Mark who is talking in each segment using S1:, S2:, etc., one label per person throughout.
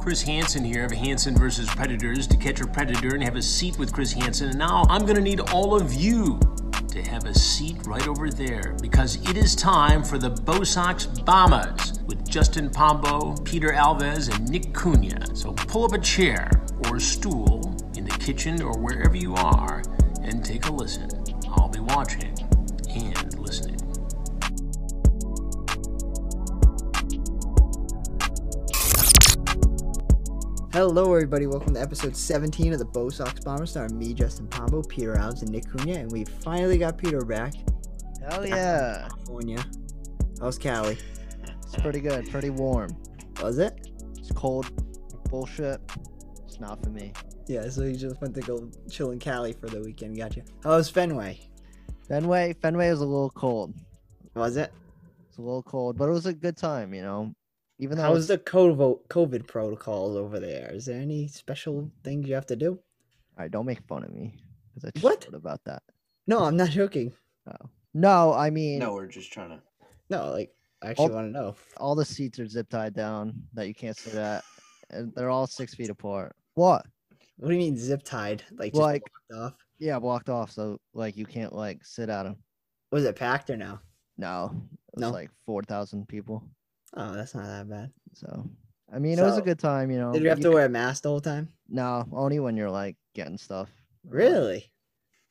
S1: Chris Hansen here of Hansen versus Predators to catch a predator and have a seat with Chris Hansen. And now I'm going to need all of you to have a seat right over there because it is time for the Bosox Bombers with Justin Pombo, Peter Alves, and Nick Cunha. So pull up a chair or a stool in the kitchen or wherever you are and take a listen. I'll be watching and listening.
S2: Hello, everybody. Welcome to episode 17 of the Bo Sox Bomber Star. Me, Justin Pombo, Peter Alves, and Nick Cunha. And we finally got Peter back.
S3: Hell yeah.
S2: Cunha. How's Cali?
S3: It's pretty good. Pretty warm.
S2: Was it?
S3: It's cold. Bullshit. It's not for me.
S2: Yeah, so you just went to go chill in Cali for the weekend. Gotcha. How was Fenway?
S3: Fenway, Fenway is a little cold.
S2: Was it?
S3: It's a little cold, but it was a good time, you know. Even though
S2: How
S3: it
S2: was the COVID COVID protocols over there? Is there any special things you have to do?
S3: All right, don't make fun of me because I just
S2: What?
S3: thought about that.
S2: No, I'm not joking.
S3: No, I mean
S4: No, we're just trying to.
S2: No, like, I actually
S3: Oh.
S2: want to know.
S3: all the seats are zip tied down that you can't sit at, and they're all six feet apart. What?
S2: What do you mean zip tied? Like, just
S3: Like-
S2: locked off?
S3: Yeah, blocked off, so like you can't like sit at them.
S2: Was it packed or no?
S3: No, it was
S2: No.
S3: like four thousand people.
S2: Oh, that's not that bad.
S3: So I mean, it was a
S2: So,
S3: good time, you know.
S2: Did you have to wear a mask the whole time?
S3: No, only when you're like getting stuff.
S2: Really?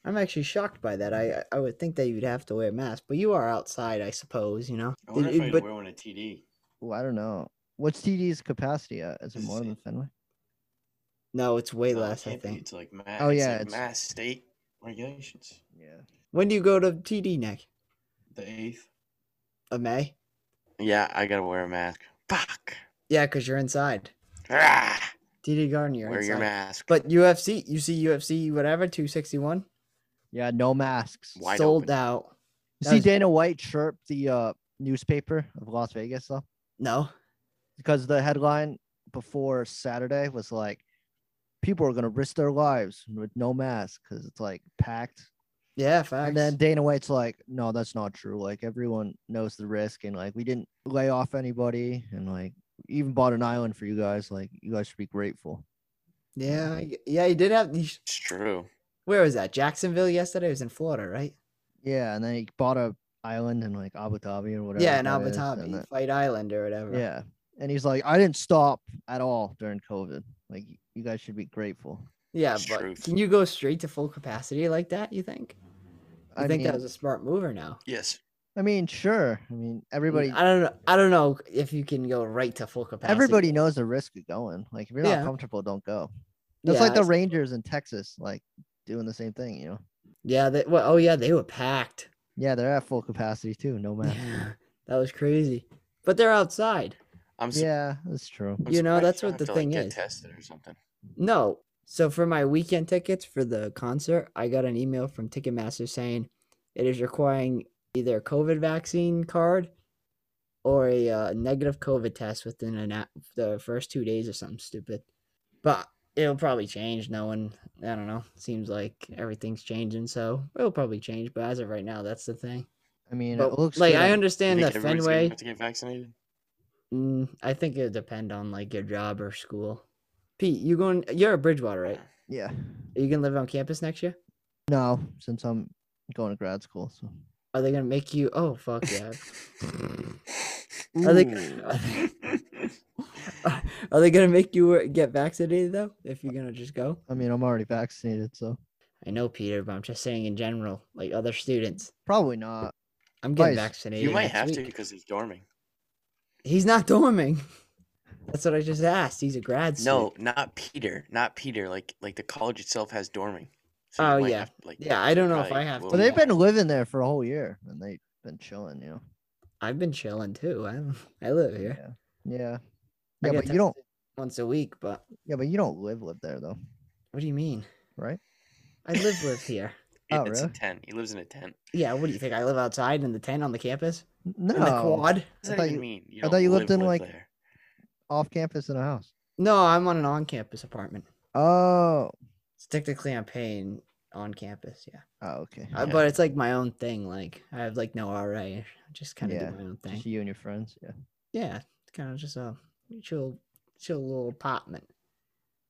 S2: I'm actually shocked by that. I I I would think that you'd have to wear a mask, but you are outside, I suppose. You know.
S4: I wonder
S2: Did
S4: if
S2: you-
S4: I
S2: but
S4: wear one at TD.
S3: Well, I don't know. What's TD's capacity at? Is it
S4: Let's
S3: more
S4: see.
S3: than Fenway?
S2: no, it's way
S4: No, it
S2: less. I
S4: can't be.
S2: think.
S4: It's like mass.
S3: Oh,
S4: it's
S3: yeah,
S4: like
S3: it's-
S4: mass state regulations.
S3: Yeah.
S2: When do you go to TD Nick?
S4: The eighth.
S2: Of May?
S4: Yeah, I gotta wear a mask. Fuck.
S2: Yeah, because you're inside
S4: Ah,
S2: TD Garden. You're
S4: wear
S2: inside.
S4: your mask.
S2: But UFC, you see UFC, whatever, two sixty one,
S3: Yeah, no masks.
S4: Wide
S2: sold
S4: open.
S2: out.
S3: You
S2: That
S3: see
S2: was-
S3: Dana White chirp the uh, newspaper of Las Vegas though,
S2: No,
S3: because the headline before Saturday was like, "People are gonna risk their lives with no mask because it's like packed."
S2: yeah, facts.
S3: And then Dana White's like, "No, that's not true. Like everyone knows the risk, and like we didn't lay off anybody, and like even bought an island for you guys. Like you guys should be grateful."
S2: yeah, I g- yeah, you did have. You, sh-
S4: It's true.
S2: where was that? Jacksonville yesterday. It was in Florida, right?
S3: Yeah, and then he bought a island in like Abu Dhabi or whatever.
S2: yeah, in
S3: that
S2: Abu
S3: is, and
S2: Dhabi,
S3: that-
S2: Fight Island or whatever.
S3: yeah, and he's like, I didn't stop at all during COVID. Like, y- you guys should be grateful.
S2: yeah,
S4: It's
S2: but
S4: true.
S2: can you go straight to full capacity like that? You think? I
S3: I
S2: think
S3: mean,
S2: that was a smart move or no?
S4: Yes.
S3: I mean, sure. I mean, everybody,
S2: I don't know. I don't know if you can go right to full capacity.
S3: everybody knows the risk of going. Like, if you're not
S2: Yeah.
S3: comfortable, don't go. That's like
S2: Yeah,
S3: the
S2: it's-
S3: Rangers in Texas, like doing the same thing. You know?
S2: Yeah. They, well, oh yeah, they were packed.
S3: Yeah, they're at full capacity too. No matter.
S2: Yeah, that was crazy. But they're outside.
S4: I'm. su-
S3: yeah, that's true.
S4: I'm
S2: you know,
S4: surprised
S2: that's
S4: don't
S2: what
S4: have
S2: the
S4: to,
S2: thing
S4: like,
S2: is.
S4: Get tested or something.
S2: No. So for my weekend tickets for the concert, I got an email from Ticketmaster saying it is requiring either a COVID vaccine card or a uh, negative COVID test within an a- the first two days or something stupid. But it'll probably change. No one, I don't know. Seems like everything's changing, so it'll probably change. But as of right now, that's the thing.
S3: I mean,
S2: But,
S3: it looks
S2: like
S3: good
S2: I
S3: on-
S4: You
S2: understand
S4: think
S2: that
S4: everybody's gonna
S2: Fenway.
S4: Have to get vaccinated.
S2: Mm, I think it would depend on like your job or school. Pete, you going? You're at Bridgewater, right?
S3: Yeah.
S2: Are you gonna live on campus next year?
S3: No, since I'm going to grad school, so.
S2: Are they gonna make you? Oh fuck yeah!
S3: I
S2: Are they, are they- are they gonna make you uh, get vaccinated though? If you're gonna just go?
S3: I mean, I'm already vaccinated, so
S2: I know Peter, but I'm just saying in general, like other students.
S3: probably not.
S2: I'm getting
S3: Bryce, you
S2: vaccinated.
S4: You might
S2: next
S4: have to
S2: week.
S4: because he's dorming.
S2: He's not dorming. That's what I just asked. He's a grad student.
S4: No, not Peter. Not Peter. Like like the college itself has dorming.
S2: Oh,
S4: you might
S2: yeah.
S4: have to, like,
S2: Yeah, I don't know if
S4: probably
S2: I have
S4: will
S3: But they've
S4: not.
S3: been living there for a whole year, and they've been chilling, you know.
S2: I've been chilling too. I'm, I live here.
S3: Yeah, yeah,
S2: I
S3: yeah
S2: get
S3: but you don't.
S2: tested once a week. But
S3: Yeah, but you don't live live there though,
S2: what do you mean?
S3: right?
S2: I live live here.
S3: Oh,
S4: it's
S3: really?
S4: a tent. He lives in a tent.
S2: Yeah, what do you think? I live outside in the tent on the campus
S3: N- No,
S2: in the quad.
S4: What does
S3: thought
S4: that even
S3: you-
S4: mean?
S3: I
S4: don't
S3: thought you lived
S4: live
S3: in,
S4: with
S3: like-
S4: there.
S3: off campus in a house.
S2: No, I'm on an on-campus apartment.
S3: Oh,
S2: It's technically I'm paying on campus, yeah.
S3: oh, okay.
S2: Uh,
S4: Yeah.
S2: but it's like my own thing. Like I have like no RA. I just kind of
S3: Yeah,
S2: do my own thing.
S3: Just you and your friends. Yeah.
S2: Yeah, kind of just a mutual chill little apartment.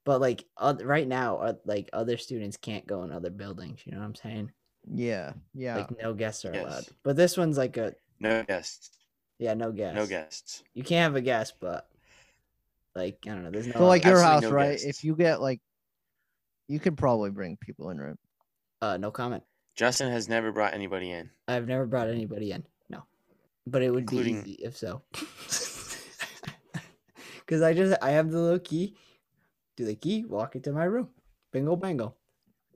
S2: But like oth- right now, uh, like other students can't go in other buildings. You know what I'm saying?
S3: Yeah. Yeah.
S2: Like no guests are allowed.
S4: Yes.
S2: But this one's like a
S4: No guests.
S2: yeah, no guests.
S4: No guests.
S2: You can't have a guest, but like I don't know. There's no
S3: so like your house,
S4: absolutely no
S3: right?
S4: guests.
S3: If you get like you can probably bring people in, right?
S2: uh, no comment.
S4: Justin has never brought anybody in.
S2: I've never brought anybody in. No, but it would
S4: Including-
S2: be easy if so. Because I just I have the little key, do the key, walk into my room, bingo bango.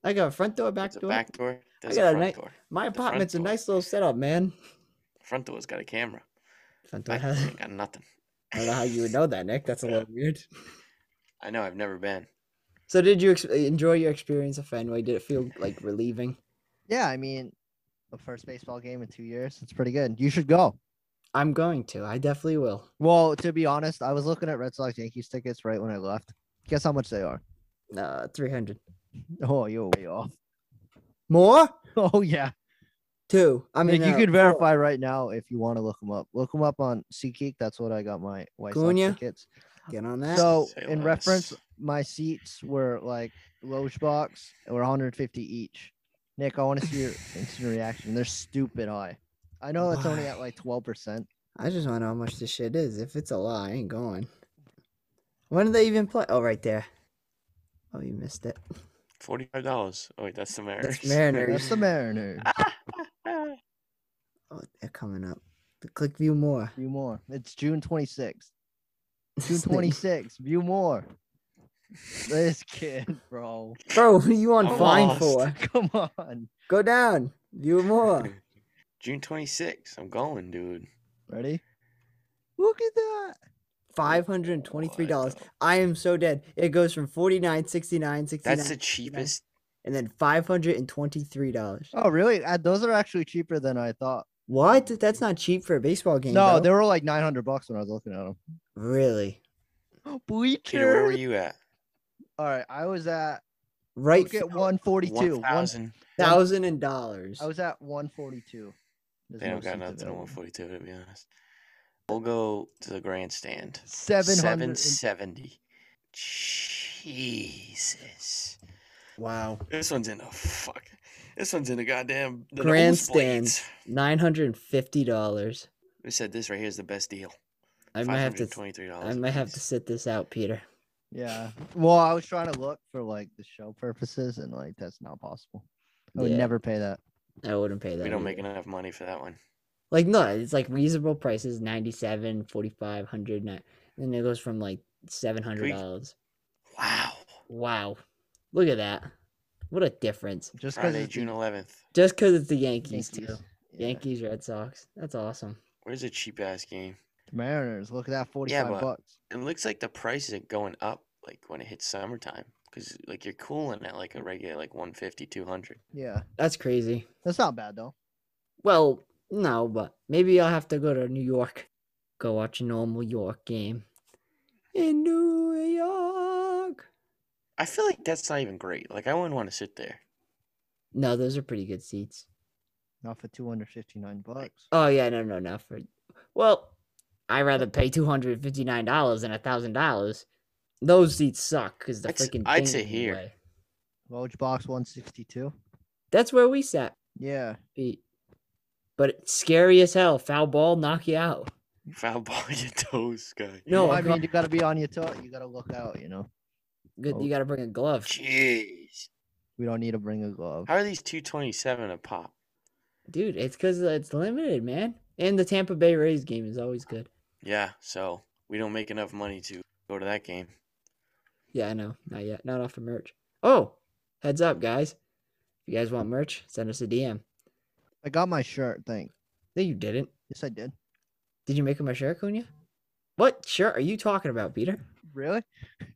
S2: I got a front door, back
S4: There's
S2: door.
S4: a back door. There's
S2: got a
S4: a front
S2: night-
S4: door.
S2: my
S4: the front
S2: apartment's a
S4: door.
S2: nice little setup, man.
S4: Front door's got a camera.
S2: Front door
S4: Back door
S2: has.
S4: ain't got nothing.
S2: I don't know how you would know that, Nick. That's a little weird.
S4: I know. I've never been.
S2: So, did you ex- enjoy your experience at Fenway? Did it feel like relieving?
S3: Yeah, I mean the first baseball game in two years. It's pretty good. You should go.
S2: I'm going to. I definitely will.
S3: Well, to be honest, I was looking at Red Sox Yankees tickets right when I left. Guess how much they are?
S2: Uh, 300
S3: Oh, you're way off.
S2: more.
S3: Oh yeah.
S2: Two. I mean,
S3: Nick, you
S2: uh,
S3: can
S2: four.
S3: verify right now if you want to look them up. Look them up on SeatGeek. That's what I got my White Sox
S2: Cunha?
S3: tickets.
S2: Get on that.
S3: So
S4: Say
S3: in
S4: less.
S3: reference, my seats were like Loge box were 150 each. Nick, I want to see your instant reaction. They're stupid high. I know it's only at
S2: Why?
S3: like 12 percent.
S2: I just want to know how much this shit is. If it's a lie, I ain't going. When did they even play? Oh, right there. Oh, you missed it.
S4: Forty-five dollars. Oh wait, that's the Mariners. Ah.
S2: That's Mariners.
S3: That's the Mariners.
S2: Ah! Oh, they're coming up. Click view more.
S3: View more. It's June 26th. June
S2: This nigga-
S3: 26th. View more. This kid, bro.
S2: Bro, what are you on
S3: Oh,
S4: I'm
S2: fine
S4: lost.
S2: for?
S3: Come on.
S2: Go down. View more.
S4: June 26th. I'm going, dude.
S3: Ready? Look at that.
S2: Five hundred and twenty-three dollars. I am so dead. It goes from forty-nine, sixty-nine, sixty-nine,
S4: That's the cheapest.
S2: and then five hundred and twenty-three dollars.
S3: Oh, really? Uh, Those are actually cheaper than I thought.
S2: What? That's not cheap for a baseball game.
S3: no,
S2: bro.
S3: they were like 900 bucks when I was looking at them.
S2: really
S4: Peter, where
S3: Bleacher.
S4: were you at?
S3: All right, I was at
S2: right
S3: look at 142. One,
S4: thousand.
S2: thousand and dollars.
S3: I was at 142. There's
S4: They
S3: no
S4: don't got
S3: seats
S4: nothing on
S3: available.
S4: 142 to be honest. We'll go to the grandstand.
S3: 700. and-
S4: 770. Jesus.
S2: Wow.
S4: This one's in a fuck. This one's in a goddamn the
S2: Grandstand.
S4: nosebleeds.
S2: Nine hundred and fifty dollars.
S4: They said this right here is the best deal.
S2: I might have to.
S4: $523
S2: I might have to
S4: apiece.
S2: sit this out, Peter.
S3: Yeah. Well, I was trying to look for like the show purposes, and like that's not possible. I would
S2: Yeah.
S3: never pay that.
S2: I wouldn't pay that.
S4: We don't make
S2: either.
S4: enough money for that one.
S2: Like no, it's like reasonable prices: 97 45 100 ni- Then it goes from like seven hundred dollars.
S4: Wow.
S2: Wow, look at that! What a difference!
S3: Just because
S4: Friday, June 11th.
S2: Just because it's the Yankees, too.
S3: Yeah.
S2: Yankees, Red Sox. That's awesome.
S4: Where's a cheap ass game?
S3: Mariners. Look at that, 45
S4: but-
S3: bucks.
S4: It looks like the price is going up like when it hits summertime because like you're cooling at like a regular like 150, 200.
S3: Yeah,
S2: That's crazy.
S3: that's not bad though.
S2: Well, no, but maybe I'll have to go to New York, go watch a normal York game. In New York.
S4: I feel like that's not even great. Like I wouldn't want to sit there.
S2: No, those are pretty good seats.
S3: Not for 259 bucks.
S2: Oh yeah, no, no, not for. Well, I'd rather pay two hundred fifty nine dollars than a thousand dollars. Those seats suck because the
S4: I'd s-
S2: freaking.
S4: I'd
S2: thing's
S4: sit
S2: in the
S4: here.
S2: way.
S3: Loge box 162.
S2: That's where we sat.
S3: Yeah.
S2: Pete. But it's scary as hell. Foul ball, knock you out.
S4: Foul ball on your toes, guy.
S2: No,
S3: I
S2: I
S3: mean you got to be on your toe. You got to look out. You know,
S2: good.
S4: Oh,
S2: You got to bring a glove.
S4: Jeez.
S3: we don't need to bring a glove.
S4: How are these 227 a pop?
S2: Dude, it's because it's limited, man. And the Tampa Bay Rays game is always good.
S4: Yeah, so we don't make enough money to go to that game.
S2: Yeah, I know. Not yet. Not off of merch. Oh, heads up, guys. If you guys want merch, send us a DM.
S3: I got my shirt. Thanks.
S2: No, you didn't.
S3: Yes, I did.
S2: Did you make him a shirt, Cunha? What shirt are you talking about, Peter?
S3: Really?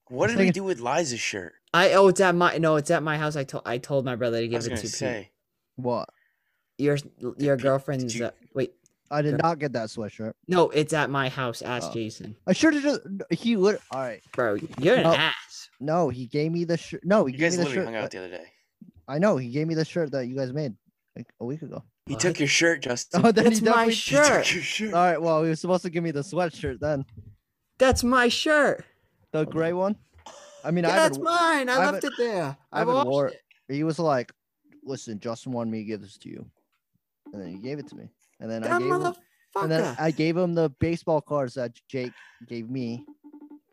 S4: What
S3: It's
S4: did we
S3: like-
S4: do with Liza's shirt?
S2: I oh, it's at my no, it's at my house. I told I told my brother to
S4: I
S2: give
S4: was
S2: it
S4: gonna
S2: to Pete.
S4: say.
S3: What?
S2: Your your
S4: Pete- did
S2: girlfriend's
S4: you-
S2: uh, wait.
S3: I did
S2: Good.
S3: not get that sweatshirt.
S2: No, it's at my house. Ask
S3: Oh.
S2: Jason,
S3: I should have just. He would. All right.
S2: bro. You're an
S3: No.
S2: ass.
S3: No, he gave me the shirt. No, he
S4: You
S3: gave
S4: guys
S3: me the
S4: literally
S3: shirt.
S4: hung
S3: that-
S4: out the other day.
S3: I know he gave me the shirt that you guys made like a week ago.
S4: He
S2: What?
S4: took your shirt, Justin.
S3: Oh, then
S2: That's
S3: he
S2: my
S3: definitely-
S4: He took
S2: shirt.
S4: your shirt.
S3: All right. Well, he was supposed to give me the sweatshirt then.
S2: That's my shirt.
S3: The gray one. I mean, I
S2: yeah, it's
S3: haven't,
S2: mine. I,
S3: I
S2: left
S3: haven't-
S2: it there.
S3: I
S2: I,
S3: haven't
S2: washed
S3: wore
S2: it.
S3: it. He was like, "Listen, Justin wanted me to give this to you," and then he gave it to me, and then I
S2: That
S3: gave him,
S2: motherfucker.
S3: and then I gave him the baseball cards that Jake gave me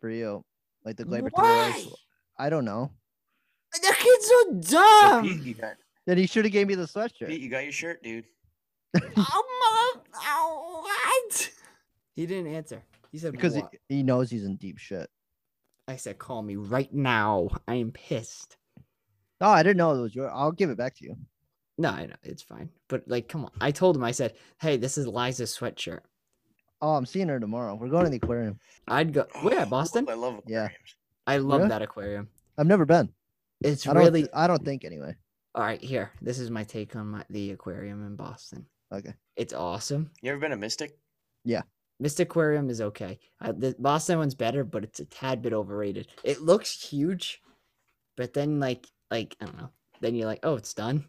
S3: for you, like the Glaber
S2: Why?
S3: Torres. I don't know.
S2: That kid's so
S4: So,
S2: dumb.
S4: Pete, you got,
S3: Then he should have gave me the
S4: Pete,
S3: sweatshirt.
S4: you got your shirt, dude.
S2: Oh, mother- oh, what? He didn't answer. He said,
S3: Because he,
S2: "What?"
S3: he knows he's in deep shit.
S2: I said, call me right now. I am pissed.
S3: Oh, I didn't know it was your. I'll give it back to you.
S2: No, I know. It's fine. But, like, come on. I told him, I said, hey, this is Liza's sweatshirt.
S3: Oh, I'm seeing her tomorrow. We're going to the aquarium.
S2: I'd go, where,
S4: Oh,
S2: Boston?
S4: I love
S3: Yeah.
S4: aquariums.
S2: I love
S3: Yeah.
S2: that aquarium.
S3: I've never been.
S2: It's
S3: I don't.
S2: really,
S3: I don't think anyway.
S2: all right, here. This is my take on my, the aquarium in Boston.
S3: Okay.
S2: It's awesome.
S4: You ever been a mystic?
S2: Mystic Aquarium is okay. Uh, the Boston one's better, but it's a tad bit overrated. It looks huge, but then like like I don't know. Then you're like, oh, it's done.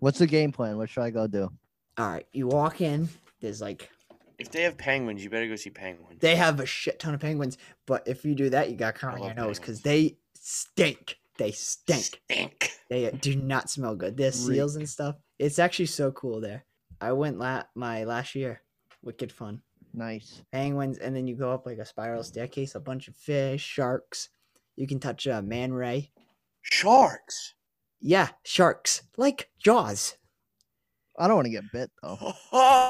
S3: What's the game plan? What should I go do?
S2: All right, you walk in. There's like
S4: If they have penguins, you better go see penguins.
S2: they have a shit ton of penguins, but if you do that, you got to count on your
S4: love
S2: nose because
S4: penguins.
S2: they stink. They stink.
S4: Stink.
S2: They uh, do not smell good. They're seals and stuff. It's actually so cool there. I went la- my last year. Wicked fun.
S3: Nice.
S2: penguins, and then you go up like a spiral staircase, a bunch of fish, sharks. You can touch a man ray.
S4: Sharks.
S2: Yeah, sharks like Jaws.
S3: I don't want to get bit though.
S4: Oh.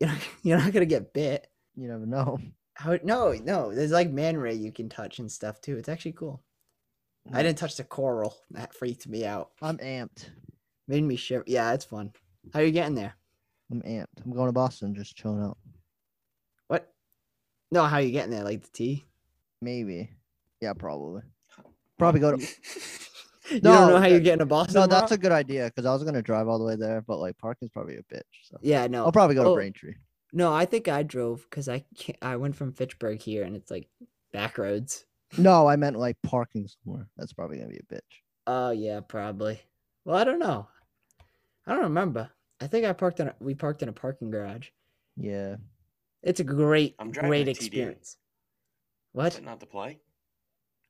S2: You know, you're not gonna get bit.
S3: You never know.
S2: How? No, no. There's like man ray you can touch and stuff too. It's actually cool. I
S3: Mm.
S2: didn't touch the coral. That freaked me out.
S3: I'm amped.
S2: Made me shiver. Yeah, it's fun. How you getting there?
S3: I'm amped. I'm going to Boston, just chilling out.
S2: What? No, how you getting there? Like the tea?
S3: Maybe. Yeah, probably. Probably go to.
S2: you don't know
S3: No,
S2: how you're
S3: that-
S2: getting to Boston.
S3: No, that's a
S2: tomorrow?
S3: good idea because I was gonna drive all the way there, but like parking's probably a bitch. So
S2: yeah. No,
S3: I'll probably go to
S2: oh.
S3: Braintree.
S2: No, I think I drove because I can't, I went from Fitchburg here and it's like back roads.
S3: No, I meant like parking somewhere. That's probably gonna be a bitch.
S2: Oh yeah, probably. Well, I don't know. I don't remember. I think I parked in a, we parked in a parking garage.
S3: Yeah.
S2: It's a great
S4: I'm driving
S2: great
S4: a TD.
S2: experience.
S4: Is
S2: What?
S4: that not the play?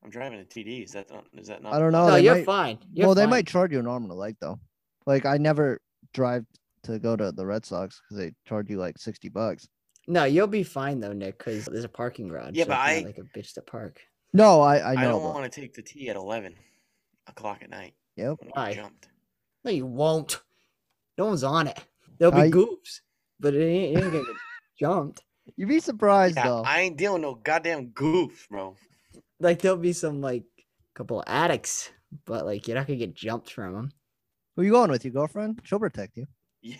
S4: I'm driving a TD. Is that not? Is that not?
S3: I don't
S4: the
S3: know.
S2: no,
S3: Oh, they
S2: you're
S3: might-
S2: fine. You're
S3: Well, they
S2: fine.
S3: might charge you an arm and a leg though. Like I never drive to go to the Red Sox because they charge you like sixty bucks.
S2: No, you'll be fine though, Nick, because there's a parking garage.
S4: Yeah,
S2: so
S4: but
S2: it's
S4: I-
S2: not like a bitch to park.
S3: No, I I
S4: play?
S3: know.
S4: I don't
S3: but-
S4: want to take the T at 11 o'clock at night.
S3: Yep.
S4: when
S2: Why?
S4: I jumped.
S2: No, you won't. No one's on it. There'll be
S3: I-
S2: goofs, but it ain't, it ain't gonna get jumped.
S3: You'd be surprised
S4: Yeah,
S3: though.
S4: I ain't dealing no goddamn goofs, bro.
S2: like there'll be some like couple of addicts, but like you're not gonna get jumped from them.
S3: Who you going with? Your girlfriend? She'll protect you.
S4: Yeah,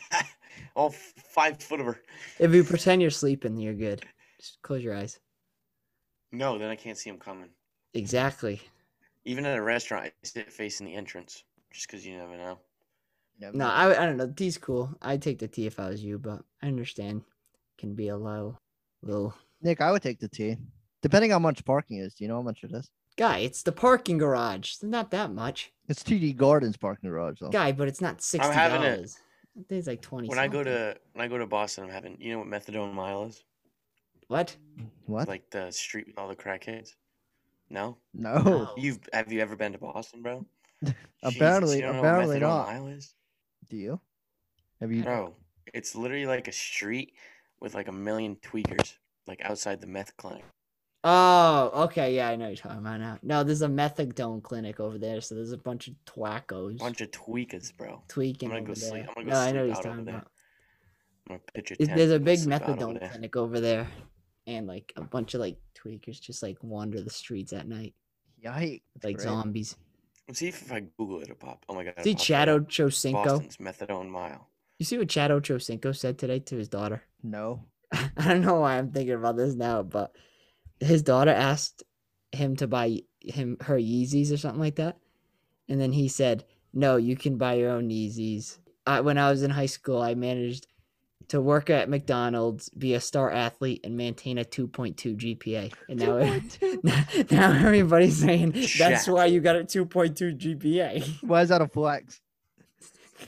S4: all f- five foot of her.
S2: If you pretend you're sleeping, you're good. Just close your eyes.
S4: No, then I can't see him coming.
S2: Exactly.
S4: Even at a restaurant, I sit facing the entrance just because you never know.
S3: Never
S2: No,
S3: know.
S2: I, I don't know. Tea's cool. I'd take the tea if I was you, but I understand can be a low little
S3: Nick, I would take the T. Depending on how much parking is, do you know how much it is?
S2: guy. It's the parking garage. It's not that much,
S3: It's TD Gardens parking garage though.
S2: guy, but it's not sixty
S4: having it.
S2: dollars. I think it's like twenty.
S4: When I go
S2: something.
S4: to when I go to Boston, I'm having you know what methadone mile is?
S2: what?
S3: What?
S4: Like the street with all the crackheads. No,
S3: no.
S2: No.
S4: you've have you ever been to Boston, bro? Jesus,
S3: Apparently-
S4: you don't know what
S3: apparently
S4: methadone
S3: not.
S4: Mile is?
S3: Do you? Have you?
S4: Bro, it's literally like a street with like a million tweakers, like outside the meth clinic.
S2: Oh, okay, yeah, I know what you're talking about now. No, there's a methadone clinic over there, so there's a bunch of twackos.
S4: Bunch of tweakers, bro.
S2: tweaking
S4: gonna go
S2: over there.
S4: sleep- I'm gonna go
S2: no, I
S4: sleep
S2: know what he's
S4: out over
S2: talking
S4: there.
S2: about.
S4: I'm gonna pitch a
S2: It-
S4: tent
S2: There's a
S4: and
S2: big
S4: sleep out over
S2: methadone
S4: there.
S2: clinic over there, and like a bunch of like tweakers just like wander the streets at night
S3: Yikes!
S2: with, like
S3: great.
S2: zombies.
S4: Let's see if I Google it, it'll pop. Oh my god. it
S2: See
S4: popped
S2: Chad
S4: up.
S2: Ochocinco.
S4: Boston's methadone mile.
S2: You see what Chad Ochocinco said today to his daughter?
S3: No.
S2: I don't know why I'm thinking about this now, but his daughter asked him to buy him her Yeezys or something like that, and then he said, "No, you can buy your own Yeezys." I, when I was in high school, I managed to work at McDonald's, be a star athlete, and maintain a 2.2 GPA. And now, now everybody's saying that's
S4: Shaq.
S2: why you got a 2.2 GPA.
S3: Why is that a flex?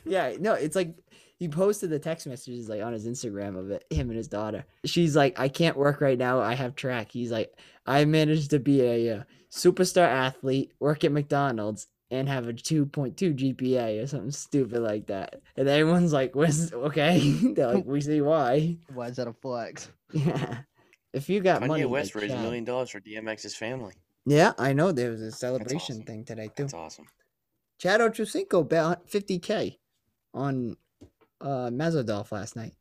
S2: yeah, no, it's like He posted the text messages like on his Instagram of it, him and his daughter. She's like, I can't work right now. I have track. He's like, I managed to be a uh, superstar athlete, work at McDonald's, and have a 2.2 GPA or something stupid like that. And everyone's like, "Where's okay?" They're like, "We see why."
S3: Why is that a flex?
S2: Yeah. If you got
S4: Kanye
S2: money,
S4: West
S2: like
S4: raised a
S2: Chad-
S4: million dollars for DMX's family.
S2: Yeah, I know there was a celebration
S4: awesome.
S2: thing today too.
S4: That's awesome.
S2: Chad Ochocinco bet 50k on uh Mazadolf last night.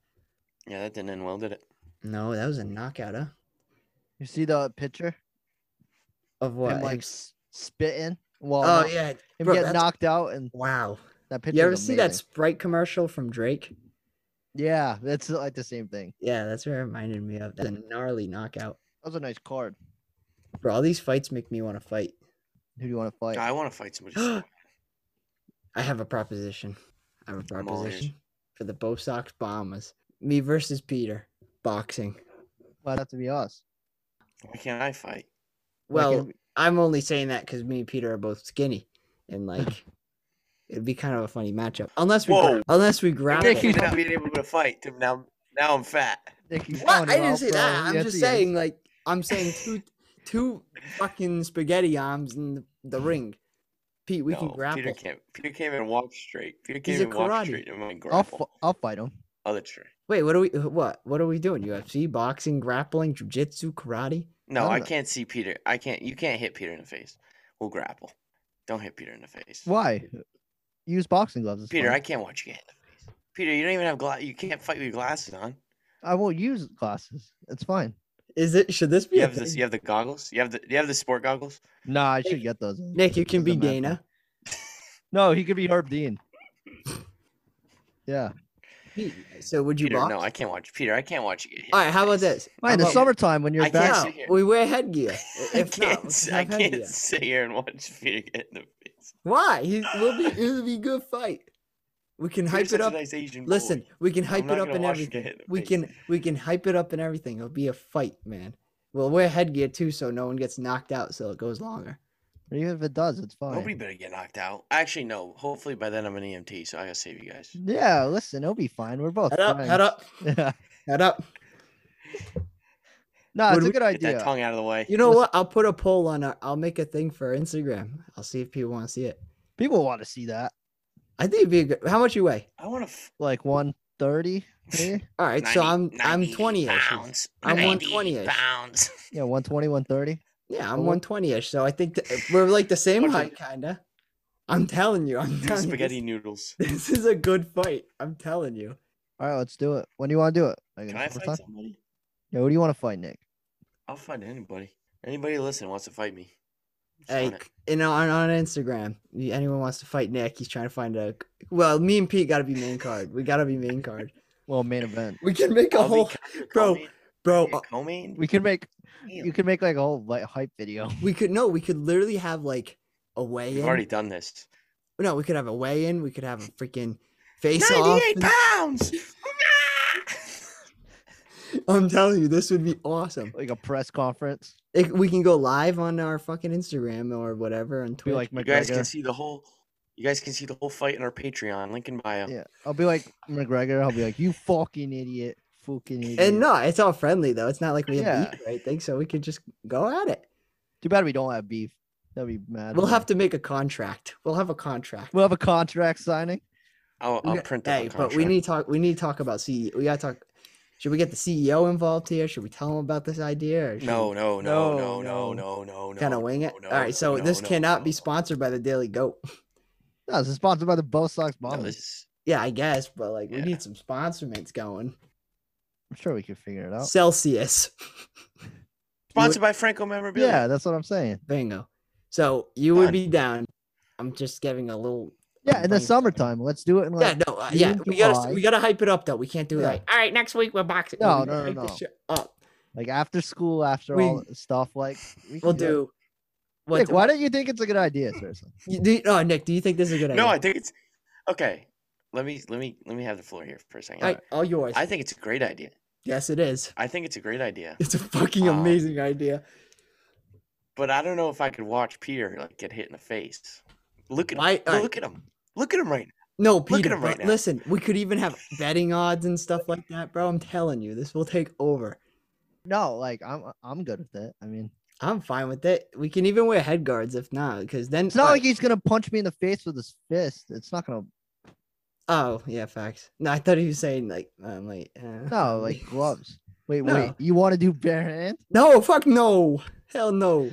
S4: Yeah, that didn't end well, did it?
S2: No, that was a knockout, huh?
S3: You see the picture?
S2: Of what?
S3: Him like
S2: Him-
S3: s- spitting. Well,
S2: oh
S3: not-
S2: yeah,
S3: him
S2: bro,
S3: getting
S2: that's-
S3: knocked out, and
S2: wow.
S3: that picture.
S2: You ever see that Sprite commercial from Drake?
S3: Yeah, that's like the same thing.
S2: Yeah, that's what it reminded me of. That's a gnarly knockout.
S3: That was a nice card.
S2: Bro, all these fights make me want to fight.
S3: Who do you want to fight?
S4: I want to fight somebody. so bad.
S2: I have a proposition. I have a
S4: I'm all ears.
S2: proposition for the Bo Sox Bombers. Me versus Peter. Boxing.
S3: Might have to be us.
S4: Why can't I fight?
S3: Why can't
S2: Well,
S3: we-
S2: I'm only saying that because me and Peter are both skinny, and like it'd be kind of a funny matchup. Unless we, gra-
S4: Whoa.
S2: unless we
S4: Nick,
S2: grapple.
S4: you not being able to fight. to Now, now I'm fat.
S3: Nicky's
S2: What?
S4: Oh,
S3: calling
S2: I
S3: him
S2: didn't
S3: out,
S2: say
S3: bro.
S2: that. I'm
S3: Yes,
S2: just
S3: he is.
S2: saying, like, I'm saying two, two fucking spaghetti arms in the, the ring. Pete, we can
S4: Mm-hmm. No,
S2: grapple.
S4: Peter can't. Peter can't even walk straight. Peter can't
S2: He's a
S4: even walk
S2: karate.
S4: straight. I'm going
S3: I'll, f-
S4: grapple.
S3: I'll fight him.
S4: Other tree.
S2: Wait, what are we? What? What are we doing? UFC, boxing, grappling, jujitsu, karate.
S4: No,
S3: don't
S4: I
S3: know.
S4: can't see Peter. I can't. You can't hit Peter in the face. We'll grapple. Don't hit Peter in the face.
S3: Why? Use boxing gloves. it's
S4: Peter,
S3: fine.
S4: I can't watch you get hit in the face. Peter, you don't even have glass. You can't fight with your glasses on.
S3: I won't use glasses. It's fine.
S2: Is it? Should this be?
S4: You
S2: a
S4: have this.
S2: thing?
S4: You have the goggles. You have the. You have the sport goggles.
S3: Nah, I should
S2: Nick-
S3: get those.
S2: Nick, you can be
S3: Doesn't matter.
S2: Dana.
S3: No, he could be Herb Dean. Yeah.
S2: Pete, So would you
S4: Peter,
S2: box?
S4: no, I can't watch. Peter, I can't watch you get hit.
S2: All
S4: in
S2: right,
S4: the
S2: how about
S4: face.
S2: this?
S3: Fine, in the
S4: can't-
S3: summertime when you're
S4: I can't
S3: back.
S2: No,
S4: sit here.
S2: we wear headgear. If
S4: I
S2: not,
S4: can't,
S2: we
S4: s-
S2: can
S4: I
S2: have headgear.
S4: can't sit here and watch Peter get in the face.
S2: Why? He will be. It'll be a good fight. We can
S4: Peter's
S2: hype
S4: such
S2: it
S4: a
S2: up.
S4: nice Asian boy.
S2: Listen, we can
S4: I'm
S2: hype
S4: not
S2: it up
S4: gonna
S2: and
S4: watch you get
S2: everything.
S4: hit in the
S2: We
S4: face.
S2: can we can hype it up and everything. It'll be a fight, man. We'll wear headgear too, so no one gets knocked out, so it goes longer.
S3: Or even if it does, it's fine.
S4: Nobody better get knocked out. Actually, no. Hopefully by then I'm an EMT, so I gotta save you guys.
S3: Yeah, listen, it'll be fine. We're both
S2: Head up,
S3: friends.
S2: head up,
S3: Yeah.
S2: head up.
S3: No,
S2: Would
S3: it's
S2: we-
S3: a good
S4: Get that
S3: idea.
S4: tongue out of the way.
S2: You know what? I'll put a poll on. Our, I'll make a thing for Instagram. I'll see if people want to see it.
S3: People want to see that.
S2: I think it'd be a good. How much you weigh?
S4: I want to. F-
S3: Like 130, maybe?
S2: All right, so I'm
S4: 90
S2: I'm
S4: 90
S2: twenty ish.
S4: pounds.
S2: I'm
S4: 90
S2: 120-ish.
S4: pounds.
S3: Yeah, 120, 130.
S2: Yeah, I'm
S3: Well,
S2: one
S3: what-
S2: twenty ish. So I think that we're like the same
S4: Watch
S2: height, kinda. I'm telling you, I'm
S4: Two
S2: telling
S4: spaghetti
S2: You,
S4: noodles.
S2: this, this is a good fight. I'm telling you.
S3: All right, let's do it. When do you want to do it? Like in
S4: Can
S3: the
S4: I
S3: summertime?
S4: fight somebody?
S3: Yeah, who do you want to fight, Nick?
S4: I'll fight anybody. Anybody listen wants to fight me. Just
S2: Hey,
S4: on it.
S2: you know, on, on Instagram, y- anyone wants to fight Nick? He's trying to find a. Well, me and Pete got to be main card. We got to be main card.
S3: Well, main event.
S2: We can make a
S4: I'll be
S2: whole
S4: Conor
S2: bro,
S4: Coleman.
S2: bro.
S4: You're
S2: uh,
S4: Coleman?
S3: We could make
S4: Damn.
S3: you could make like a whole like hype video.
S2: we could no, we could literally have like a weigh
S4: We've
S2: in.
S4: already done this.
S2: No, we could have a weigh in. We could have a freaking face off.
S4: 98 pounds.
S2: I'm telling you, this would be awesome.
S3: Like a press conference.
S2: It, we can go live on our fucking Instagram or whatever on
S3: Be
S2: Twitter.
S3: like
S4: you guys can
S3: McGregor.
S4: see the whole. You guys can see the whole fight in our Patreon. Link in bio.
S3: Yeah. I'll be like McGregor. I'll be like, you fucking idiot. Fucking idiot.
S2: and no, it's all friendly though. It's not like we have
S3: Yeah.
S2: beef or anything, so we could just go at it.
S3: Too bad we don't have beef. That'd be mad.
S2: We'll have to make a contract. We'll have a contract.
S3: we'll have a contract signing.
S4: I'll,
S2: We
S4: I'll
S2: got-
S4: print that.
S2: hey, but we need to talk. We need to talk about CEO. We gotta talk. Should we get the CEO involved here? Should we tell him about this idea? Or should
S4: No,
S2: we
S4: no, no, no,
S3: No,
S4: no,
S3: no.
S4: no, no, no.
S2: kind of wing it.
S4: no,
S2: All right, so
S4: no,
S2: this
S4: no,
S2: cannot
S4: no,
S2: be
S4: no.
S2: sponsored by the Daily Goat.
S3: No, it's sponsored by the Bo Sox
S4: No,
S3: Bombers.
S4: this is-
S2: Yeah, I guess, but like we
S4: Yeah.
S2: need some sponsorments going.
S3: I'm sure we could figure it out.
S2: Celsius,
S4: sponsored by Franco Memorabilia.
S3: yeah, that's what I'm saying.
S2: bingo. So you would
S4: Done.
S2: be down. I'm just giving a little.
S3: Yeah, in the
S2: brainstorm.
S3: summertime, let's do it in
S2: Yeah,
S3: like
S2: no, uh, yeah,
S3: June,
S2: we gotta
S3: July.
S2: we gotta hype it up though. We can't do it
S3: Yeah.
S2: like, all right, next week we're boxing.
S3: No,
S2: we
S3: no,
S2: gotta
S3: no,
S2: hype this
S3: no.
S2: shit up.
S3: like after school, after
S2: We-
S3: all that stuff. Like we
S2: We'll
S3: can it.
S2: do. What?
S3: Nick, why don't you think it's a good idea, seriously?
S2: you, do you- oh, Nick, do you think this is a good idea?
S4: No, I think it's okay. Let me let me let me have the floor here for a second.
S2: All right, all yours.
S4: I think it's a great idea.
S2: yes, it is.
S4: I think it's a great idea.
S2: It's a fucking
S4: Um,
S2: amazing idea.
S4: But I don't know if I could watch Peter like get hit in the face. Look at
S2: Why-
S4: him.
S2: all right.
S4: Look at him. Look at him right now.
S2: No,
S4: at
S2: Peter.
S4: him right
S2: bro,
S4: now.
S2: Listen, we could even have betting odds and stuff like that, bro. I'm telling you, this will take over.
S3: No, like I'm I'm good with it. I mean,
S2: I'm fine with it. We can even wear head guards if not, because then
S3: it's not
S2: alright,
S3: like he's gonna punch me in the face with his fist. It's not gonna
S2: Oh yeah, facts. No, I thought he was saying like um like uh,
S3: no like gloves. Wait, wait,
S2: No.
S3: you want to do bare hand?
S2: no fuck no hell no.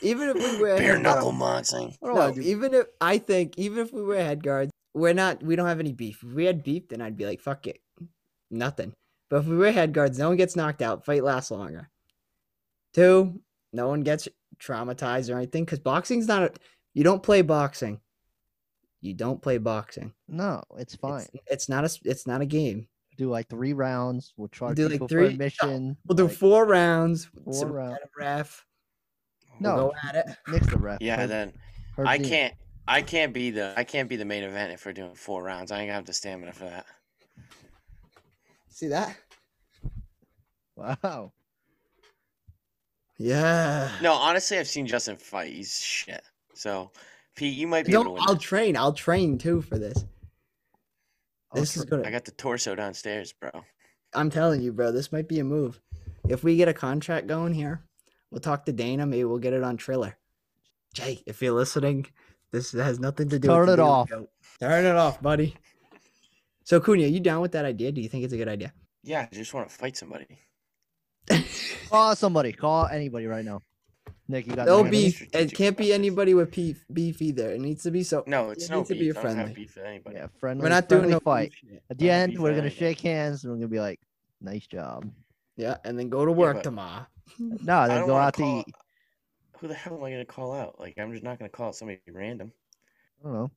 S2: Even if we wear
S4: Bare
S2: head guard-
S4: knuckle monster.
S3: I don't
S2: no,
S3: want to do.
S2: even if I think even if we wear head guards, we're not we don't have any beef. If we had beef, then I'd be like fuck it, nothing. But if we wear head guards, no one gets knocked out. Fight lasts longer. Two, no one gets traumatized or anything because boxing's not. A, you don't play boxing. You don't play boxing.
S3: No, it's fine.
S2: It's, it's not a s- it's not a game.
S3: do like three rounds. We'll charge
S2: do, like,
S3: people
S2: three-
S3: for
S2: no,
S3: admission.
S2: We'll do
S3: like,
S2: four rounds.
S3: Four
S2: so
S3: round-
S2: Get a ref.
S3: No.
S2: We'll go at it.
S3: Nick's the ref.
S4: Yeah,
S3: Herb-
S4: then
S3: Herb
S4: I
S3: Dean.
S4: can't. I can't be the. I can't be the main event if we're doing four rounds. I ain't gonna have the stamina for that.
S2: See that?
S3: Wow.
S2: Yeah.
S4: No, honestly, I've seen Justin fight. He's shit. So, Pete, you might be able to
S2: No,
S4: win.
S2: I'll
S4: this.
S2: train. I'll train too for this.
S3: I'll
S2: this is
S3: try-
S2: gonna.
S4: I got the torso downstairs, bro.
S2: I'm telling you, bro. This might be a move. If we get a contract going here, we'll talk to Dana. Maybe we'll get it on Triller. Jake, if you're listening, this has nothing to do.
S3: Turn
S2: with the
S3: it
S2: daily
S3: off.
S2: show. Turn it off, buddy. So Cunha, you down with that idea? Do you think it's a good idea?
S4: Yeah, I just want to fight somebody.
S3: Call somebody. Call anybody right now. Nick, you got
S2: No
S3: the
S4: be-
S3: handle?
S2: beef. It
S4: strategic
S2: can't be
S4: process.
S2: anybody with beef, beef either. It needs to be so.
S4: No, it's
S2: It
S4: no
S2: needs to
S4: beef.
S2: be a
S4: I don't have
S2: friendly.
S4: beef with anybody.
S3: Yeah, friendly.
S2: We're not doing
S3: friendly
S2: no
S3: fight.
S2: fight.
S3: At the
S4: Friendly
S3: end,
S4: beef
S3: we're
S4: with
S3: gonna
S4: anybody.
S3: shake hands and we're gonna be like, "Nice job."
S2: Yeah, and then go to
S4: Yeah,
S2: work
S4: but-
S2: tomorrow.
S3: No,
S4: I
S3: then
S4: don't
S3: go
S4: wanna
S3: out to
S4: call-
S3: eat.
S4: Who the hell am I gonna call out? Like, I'm just not gonna call out somebody random.
S3: I don't know.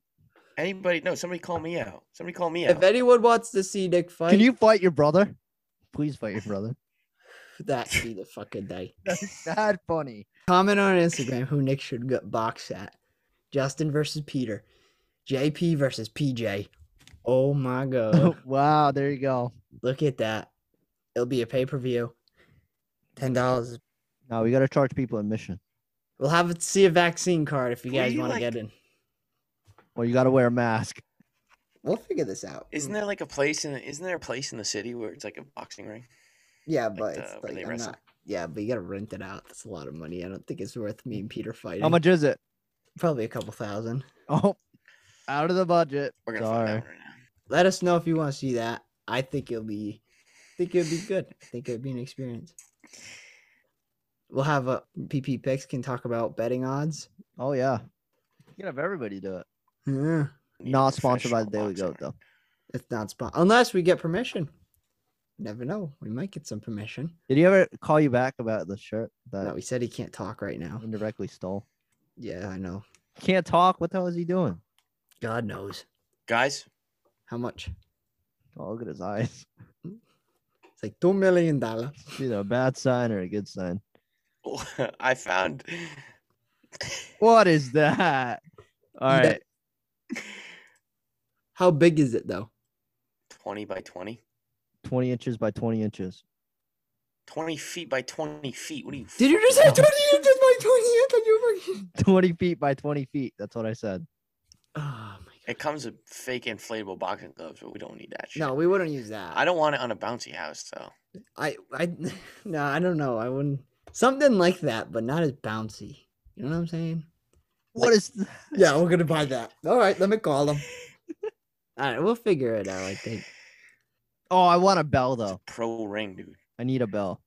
S4: Anybody? No, somebody call me out. Somebody call me
S2: If
S4: out.
S2: anyone wants to see Nick fight,
S3: Can you fight your brother? Please fight your brother.
S2: that be the fucking day.
S3: That funny.
S2: Comment on Instagram who Nick should go- box at. Justin versus Peter. JP versus PJ. Oh my god.
S3: wow, there you go.
S2: Look at that. It'll be a pay-per-view. Ten dollars.
S3: No, we gotta charge people admission.
S2: We'll have it see a vaccine card if you
S4: Will
S2: guys
S4: you,
S2: want to
S4: like-
S2: get in.
S3: Well, you gotta wear a mask.
S2: We'll figure this out. Mm.
S4: Isn't there like a place in? Isn't there a place in the city where it's like a boxing ring?
S2: Yeah,
S4: like
S2: but
S4: the-
S2: it's
S4: where they
S2: like I'm
S4: wrestle?
S2: not. Yeah, but you gotta rent it out. That's a lot of money. I don't think it's worth me and Peter fighting.
S3: How much is it?
S2: Probably a couple thousand.
S3: Oh, out of the budget.
S4: We're gonna
S3: Sorry.
S4: find out right now.
S2: let us know if you want to see that. I think it'll be, I think it'll be good. I think it'll be an experience. We'll have a PP picks can talk about betting odds.
S3: Oh yeah. You can have everybody do it.
S2: Yeah,
S4: Need a
S3: Not sponsored by the
S4: professional
S3: Daily Goat
S4: boxer.
S3: though.
S2: it's not spot unless we get permission. Never know. We might get some permission. Uh,
S3: Did he ever call you back about the shirt
S2: No,
S3: that
S2: he said he can't talk right now.
S3: indirectly stole?
S2: Yeah, I know.
S3: Can't talk. What the hell is he doing?
S2: God knows
S4: Guys,
S2: how much.
S3: Oh, look at his eyes.
S2: It's like two million dollar.
S3: It's either a bad sign or a good sign.
S4: I found.
S3: What is that? All
S2: Yeah.
S3: right.
S2: How big is it though?
S4: 20 by 20
S3: 20 inches by 20 inches.
S4: 20 feet by 20 feet what are you
S2: Did you just say
S4: fucking-
S2: twenty inches by twenty inches? You fucking-
S3: 20 feet by 20 feet. That's what I said.
S2: Oh my god.
S4: it comes with fake inflatable boxing gloves but we don't need that shit.
S2: No, we wouldn't use that.
S4: i don't want it on a bouncy house though
S2: I I no, I don't know. I wouldn't something like that, but not as bouncy. You know what I'm saying?
S3: What is th-
S2: Yeah, we're gonna buy that. All right, let me call them. All right, we'll figure it out. I think.
S3: Oh, I want a bell
S4: it's
S3: though.
S4: a pro ring dude
S3: I need a bell.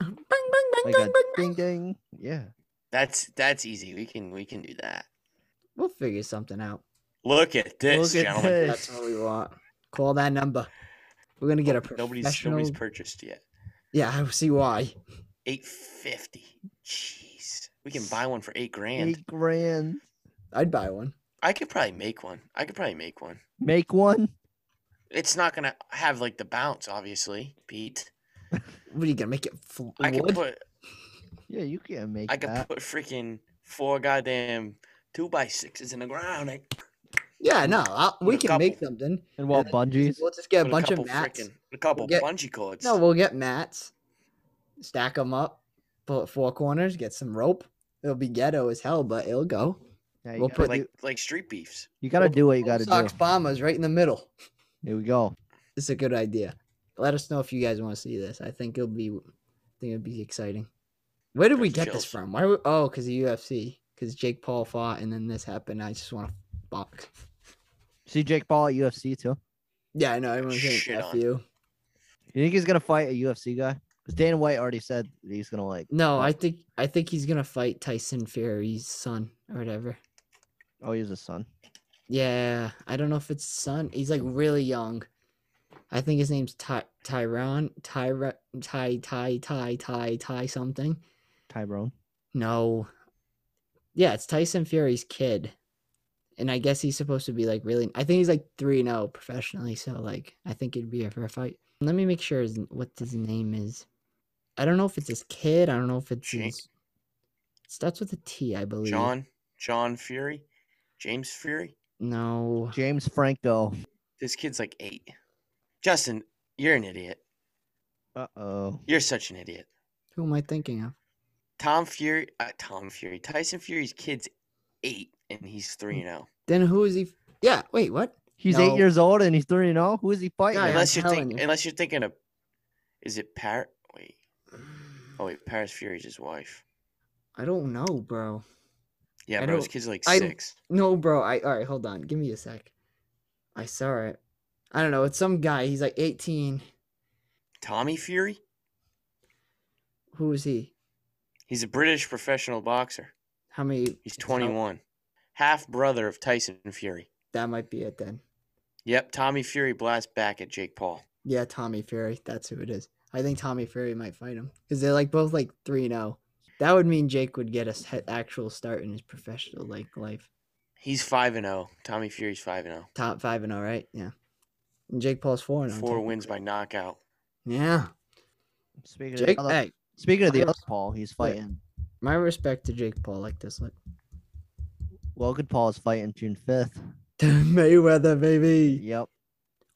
S2: Bang bang bang
S3: Like
S2: bang bang,
S3: a
S2: bang.
S3: ding ding. Yeah.
S4: that's that's easy we can we can do that
S2: We'll figure something out.
S4: look at this
S3: Look at
S4: gentlemen
S3: this.
S2: That's what we want. Call that number. We're gonna get a professional.
S4: nobody's nobody's purchased yet
S2: yeah, I see why.
S4: 850 jeez we can buy one for eight grand
S3: Eight grand.
S2: I'd buy one.
S4: i could probably make one i could probably make one
S3: Make one.
S4: it's not gonna have like the bounce obviously pete
S2: What are you gonna make it? Fl-
S4: i could
S2: wood?
S4: put
S3: Yeah, you can't make
S4: I could
S3: that.
S4: put freaking four goddamn two by sixes in the ground. Like,
S2: yeah, no, i we
S4: a
S2: can make
S4: couple.
S2: something.
S3: and what bungees?
S2: We'll just get a
S4: put
S2: bunch of
S4: couple
S2: mats.
S4: frickin- a couple
S2: get-
S4: bungee cords.
S2: No, we'll get mats, stack them up, put four corners, get some rope. It'll be ghetto as hell, but it'll go.
S3: Now you
S2: We'll
S3: gotta
S2: put-
S3: do-
S4: like like street beefs.
S3: you gotta do what you gotta
S2: Sox
S3: do.
S2: Bombers right in the middle.
S3: Here we go.
S2: This is a good idea. Let us know if you guys want to see this. I think it'll be, I think it'll be exciting. Where did we
S4: Got the
S2: get this
S4: chills.
S2: from? Why? Were, oh, because the UFC. Because Jake Paul fought, and then this happened. I just want to fuck.
S3: See Jake Paul at UFC too.
S2: Yeah, I know. Everyone's
S4: Shit
S2: saying F
S4: on.
S2: you.
S3: You think he's gonna fight a UFC guy? Because Dan White already said that he's gonna like.
S2: No,
S3: Oh.
S2: I think I think he's gonna fight Tyson Fury's son or whatever.
S3: Oh, he's his son.
S2: Yeah, I don't know if it's son. He's like really young. I think his name's Ty Tyron Tyra Ty Ty Ty Ty Ty something.
S3: Tyrone.
S2: No. Yeah, it's Tyson Fury's kid. And I guess he's supposed to be like really I think he's like 3 and 0 professionally, so like I think it'd be a fair fight. Let me make sure his, what his name is. I don't know if it's his kid, I don't know if it's
S4: Jake.
S2: his it starts with a T, I believe.
S4: John John Fury, James Fury.
S2: No.
S3: James Franco.
S4: This kid's like eight. Justin, you're an idiot.
S3: Uh oh.
S4: You're such an idiot.
S2: Who am I thinking of?
S4: Tom Fury, uh, Tom Fury, Tyson Fury's kid's eight, and he's
S2: Mm.
S4: three and oh. zero.
S2: Then who is he? f- Yeah, wait, what?
S3: He's
S2: No.
S3: eight years old and he's three and zero. Who is he fighting?
S2: Yeah, I'm
S4: Unless you're
S2: telling
S4: thinking,
S2: you.
S4: unless you're thinking of, is it Par? Wait, oh wait, Paris Fury's his wife.
S2: I don't know, bro.
S4: Yeah,
S2: I
S4: bro, his
S2: don't-
S4: kid's like
S2: I-
S4: six.
S2: No, bro. I all right. Hold on. Give me a sec. I saw it. I don't know. It's some guy. He's like 18.
S4: Tommy Fury,
S2: Who is he?
S4: he's a British professional boxer.
S2: How many?
S4: He's
S2: how-
S4: 21, half brother of Tyson Fury.
S2: That might be it then.
S4: Yep, Tommy Fury blasts back at Jake Paul.
S2: Yeah, Tommy Fury. That's who it is. I think Tommy Fury might fight him because they're like both like three and zero. That would mean Jake would get a s- he- actual start in his professional like life.
S4: He's five and zero. Tommy Fury's five and oh. zero.
S2: Top five and all right. Yeah. And Jake Paul's four and 0,
S4: Four wins by
S2: technically.
S4: knockout.
S2: Yeah.
S3: Speaking of,
S2: Jake.
S3: the other,
S2: Hey,
S3: speaking of the
S2: Myers-
S3: other Paul, he's fighting.
S2: my respect to Jake Paul like this. Like
S3: Logan Paul is fighting June fifth.
S2: Mayweather, baby.
S3: Yep.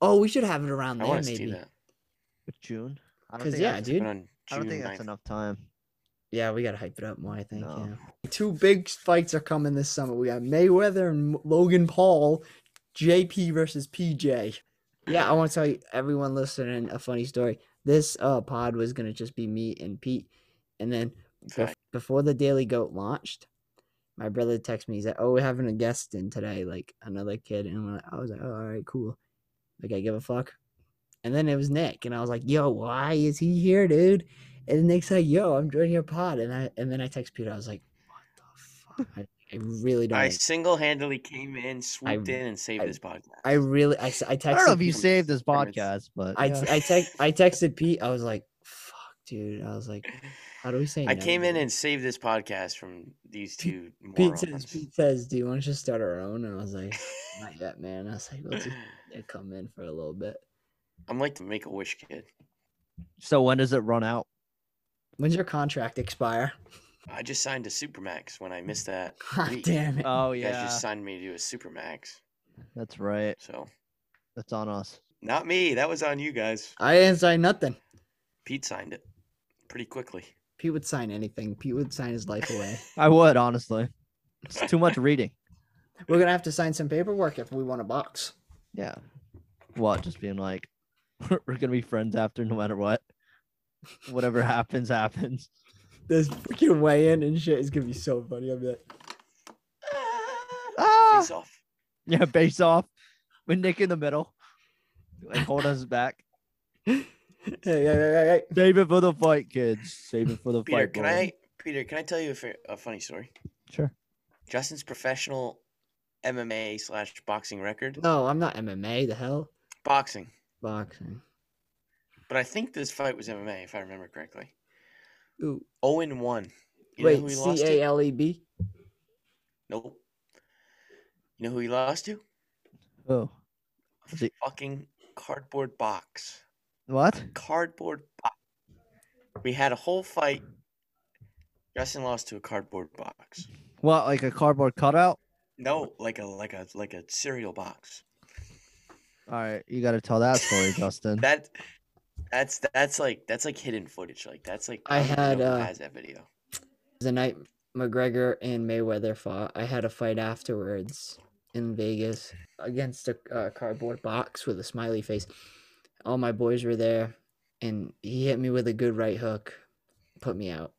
S2: Oh, we should have it around
S4: I
S2: there
S4: want to see
S2: maybe.
S4: that.
S3: With June. I don't
S2: Because
S3: think
S2: yeah,
S3: that's,
S4: But
S2: dude.
S4: on
S3: I don't think
S4: June
S3: that's
S4: 9th.
S3: enough time.
S2: Yeah, we gotta hype it up more. I think.
S3: No.
S2: Yeah. Two big fights are coming this summer. We got Mayweather and M- Logan Paul, JP versus PJ. Yeah, I want to tell you, everyone listening, a funny story. This uh pod was gonna just be me and Pete, and then bef-
S4: Fact.
S2: before the Daily Goat launched, my brother texted me. He's like, "Oh, we're having a guest in today, like another kid," and I'm like- I was like, "Oh, all right, cool." Like I give a fuck. And then it was Nick, and I was like, "Yo, why is he here, dude?" And Nick's like, "Yo, I'm joining your pod," and I and then I text Peter. I was like, "What the fuck? I, I really don't.
S4: I
S2: like-
S4: single handedly came in, swooped in, and saved
S2: I-
S4: this podcast.
S2: I, really I, s- I texted.
S3: I don't know if you
S2: Pete-
S3: saved this
S4: Performance.
S3: podcast, but
S2: I,
S3: yeah.
S2: t- I, text, I texted Pete. I was like, "Fuck, dude." I was like, "How do we say?"
S4: I
S2: no,
S4: came in
S2: dude?"
S4: and saved this podcast from these two
S2: Pete says,
S4: morons.
S2: Pete says, do you want to just start our own? And I was like, not yet, man. I was like, let's just let it come in for a little bit.
S4: I'm like the Make a Wish kid.
S3: so when does it run out?
S2: When's your contract expire?
S4: I just signed a Supermax when I
S2: Mm.
S4: missed that.
S2: God
S4: week.
S2: damn it.
S3: Oh
S4: You guys just signed me to a Supermax.
S3: that's right.
S4: So,
S3: That's on us.
S4: not me. That was on you guys.
S2: I didn't sign nothing.
S4: Pete signed it pretty quickly.
S2: Pete would sign anything. Pete would sign his life away.
S3: I would honestly. It's too much reading.
S2: We're gonna have to sign some paperwork if we want a box.
S3: Yeah. What? Just being like, we're gonna be friends after no matter what. Whatever happens, happens.
S2: This freaking weigh in and shit is gonna be so funny. I'll be like,
S3: Ah!
S4: Face off.
S3: Yeah, face off with Nick in the middle. Like hold us back.
S2: hey, hey, hey, hey, hey.
S3: Save it for the fight, kids. Save it for the
S4: Peter,
S3: fight.
S4: can
S3: boys.
S4: I? Peter, can I tell you a, fa- a funny story?
S3: Sure.
S4: Justin's professional MMA slash boxing record.
S2: No, I'm not MMA. The hell,
S4: Boxing.
S2: boxing.
S4: But I think this fight was MMA, if I remember correctly.
S2: Ooh,
S4: 0 and 1. You know who
S2: wait,
S4: he lost
S2: C
S4: to?
S2: A L E B.
S4: Nope. You know who he lost to?
S3: Oh. Was it-
S4: Fucking cardboard box.
S3: What?
S4: Cardboard box. We had a whole fight. Justin lost to a cardboard box.
S3: What? Like a cardboard cutout?
S4: No, like a like a like a cereal box.
S3: All right, you got to tell that story, Justin.
S4: That that's that's like that's like hidden footage. Like that's like
S2: I
S4: don't even
S2: had,
S4: know who
S2: uh,
S4: has that video.
S2: The night McGregor and Mayweather fought, I had a fight afterwards in Vegas against a uh, cardboard box with a smiley face. All my boys were there, and he hit me with a good right hook, put me out.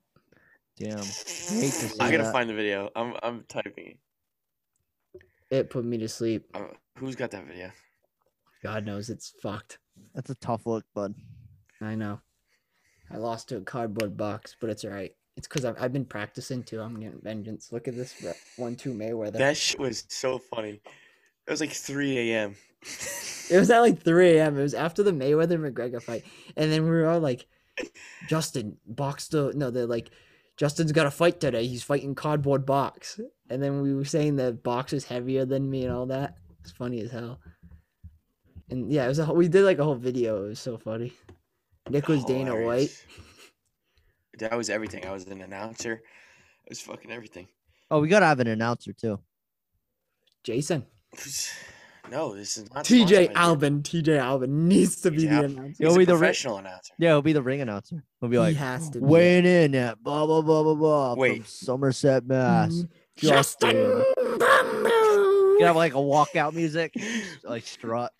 S3: Damn. hate to see
S4: I gotta
S3: that.
S4: find the video. I'm I'm typing. it.
S2: It put me to sleep.
S4: Uh, who's got that video?
S2: God knows it's fucked.
S3: That's a tough look, bud.
S2: I know. I lost to a cardboard box, but it's all right. It's because I've, I've been practicing too. I'm getting vengeance. Look at this one two Mayweather.
S4: That shit was so funny. It was like 3 a.m.
S2: It was at like 3 a.m. It was after the Mayweather McGregor fight. And then we were all like, Justin, box the. No, they're like, Justin's got a fight today. He's fighting cardboard box. And then we were saying that box is heavier than me and all that. It's funny as hell. And yeah, it was a whole, we did like a whole video. It was so funny. Nick was Dana White.
S4: Hilarious. That was everything. I was an announcer. It was fucking everything.
S3: Oh, we gotta have an announcer too.
S2: Jason.
S4: No, this is not sponsored
S2: TJ
S4: by
S2: Albin. TJ Albin needs to be
S4: He's
S2: the
S4: out.
S2: announcer.
S4: He's
S3: Yo,
S4: a
S3: we the re-
S4: professional announcer.
S3: Yeah, he'll be the ring announcer. He'll be like,
S2: he has to be.
S3: weighing in at blah blah blah blah blah. from
S4: Wait.
S3: Somerset, Mass.
S2: Mhm.
S3: Justin. You
S2: Brumbaugh.
S3: gotta have like a walkout music, like strut.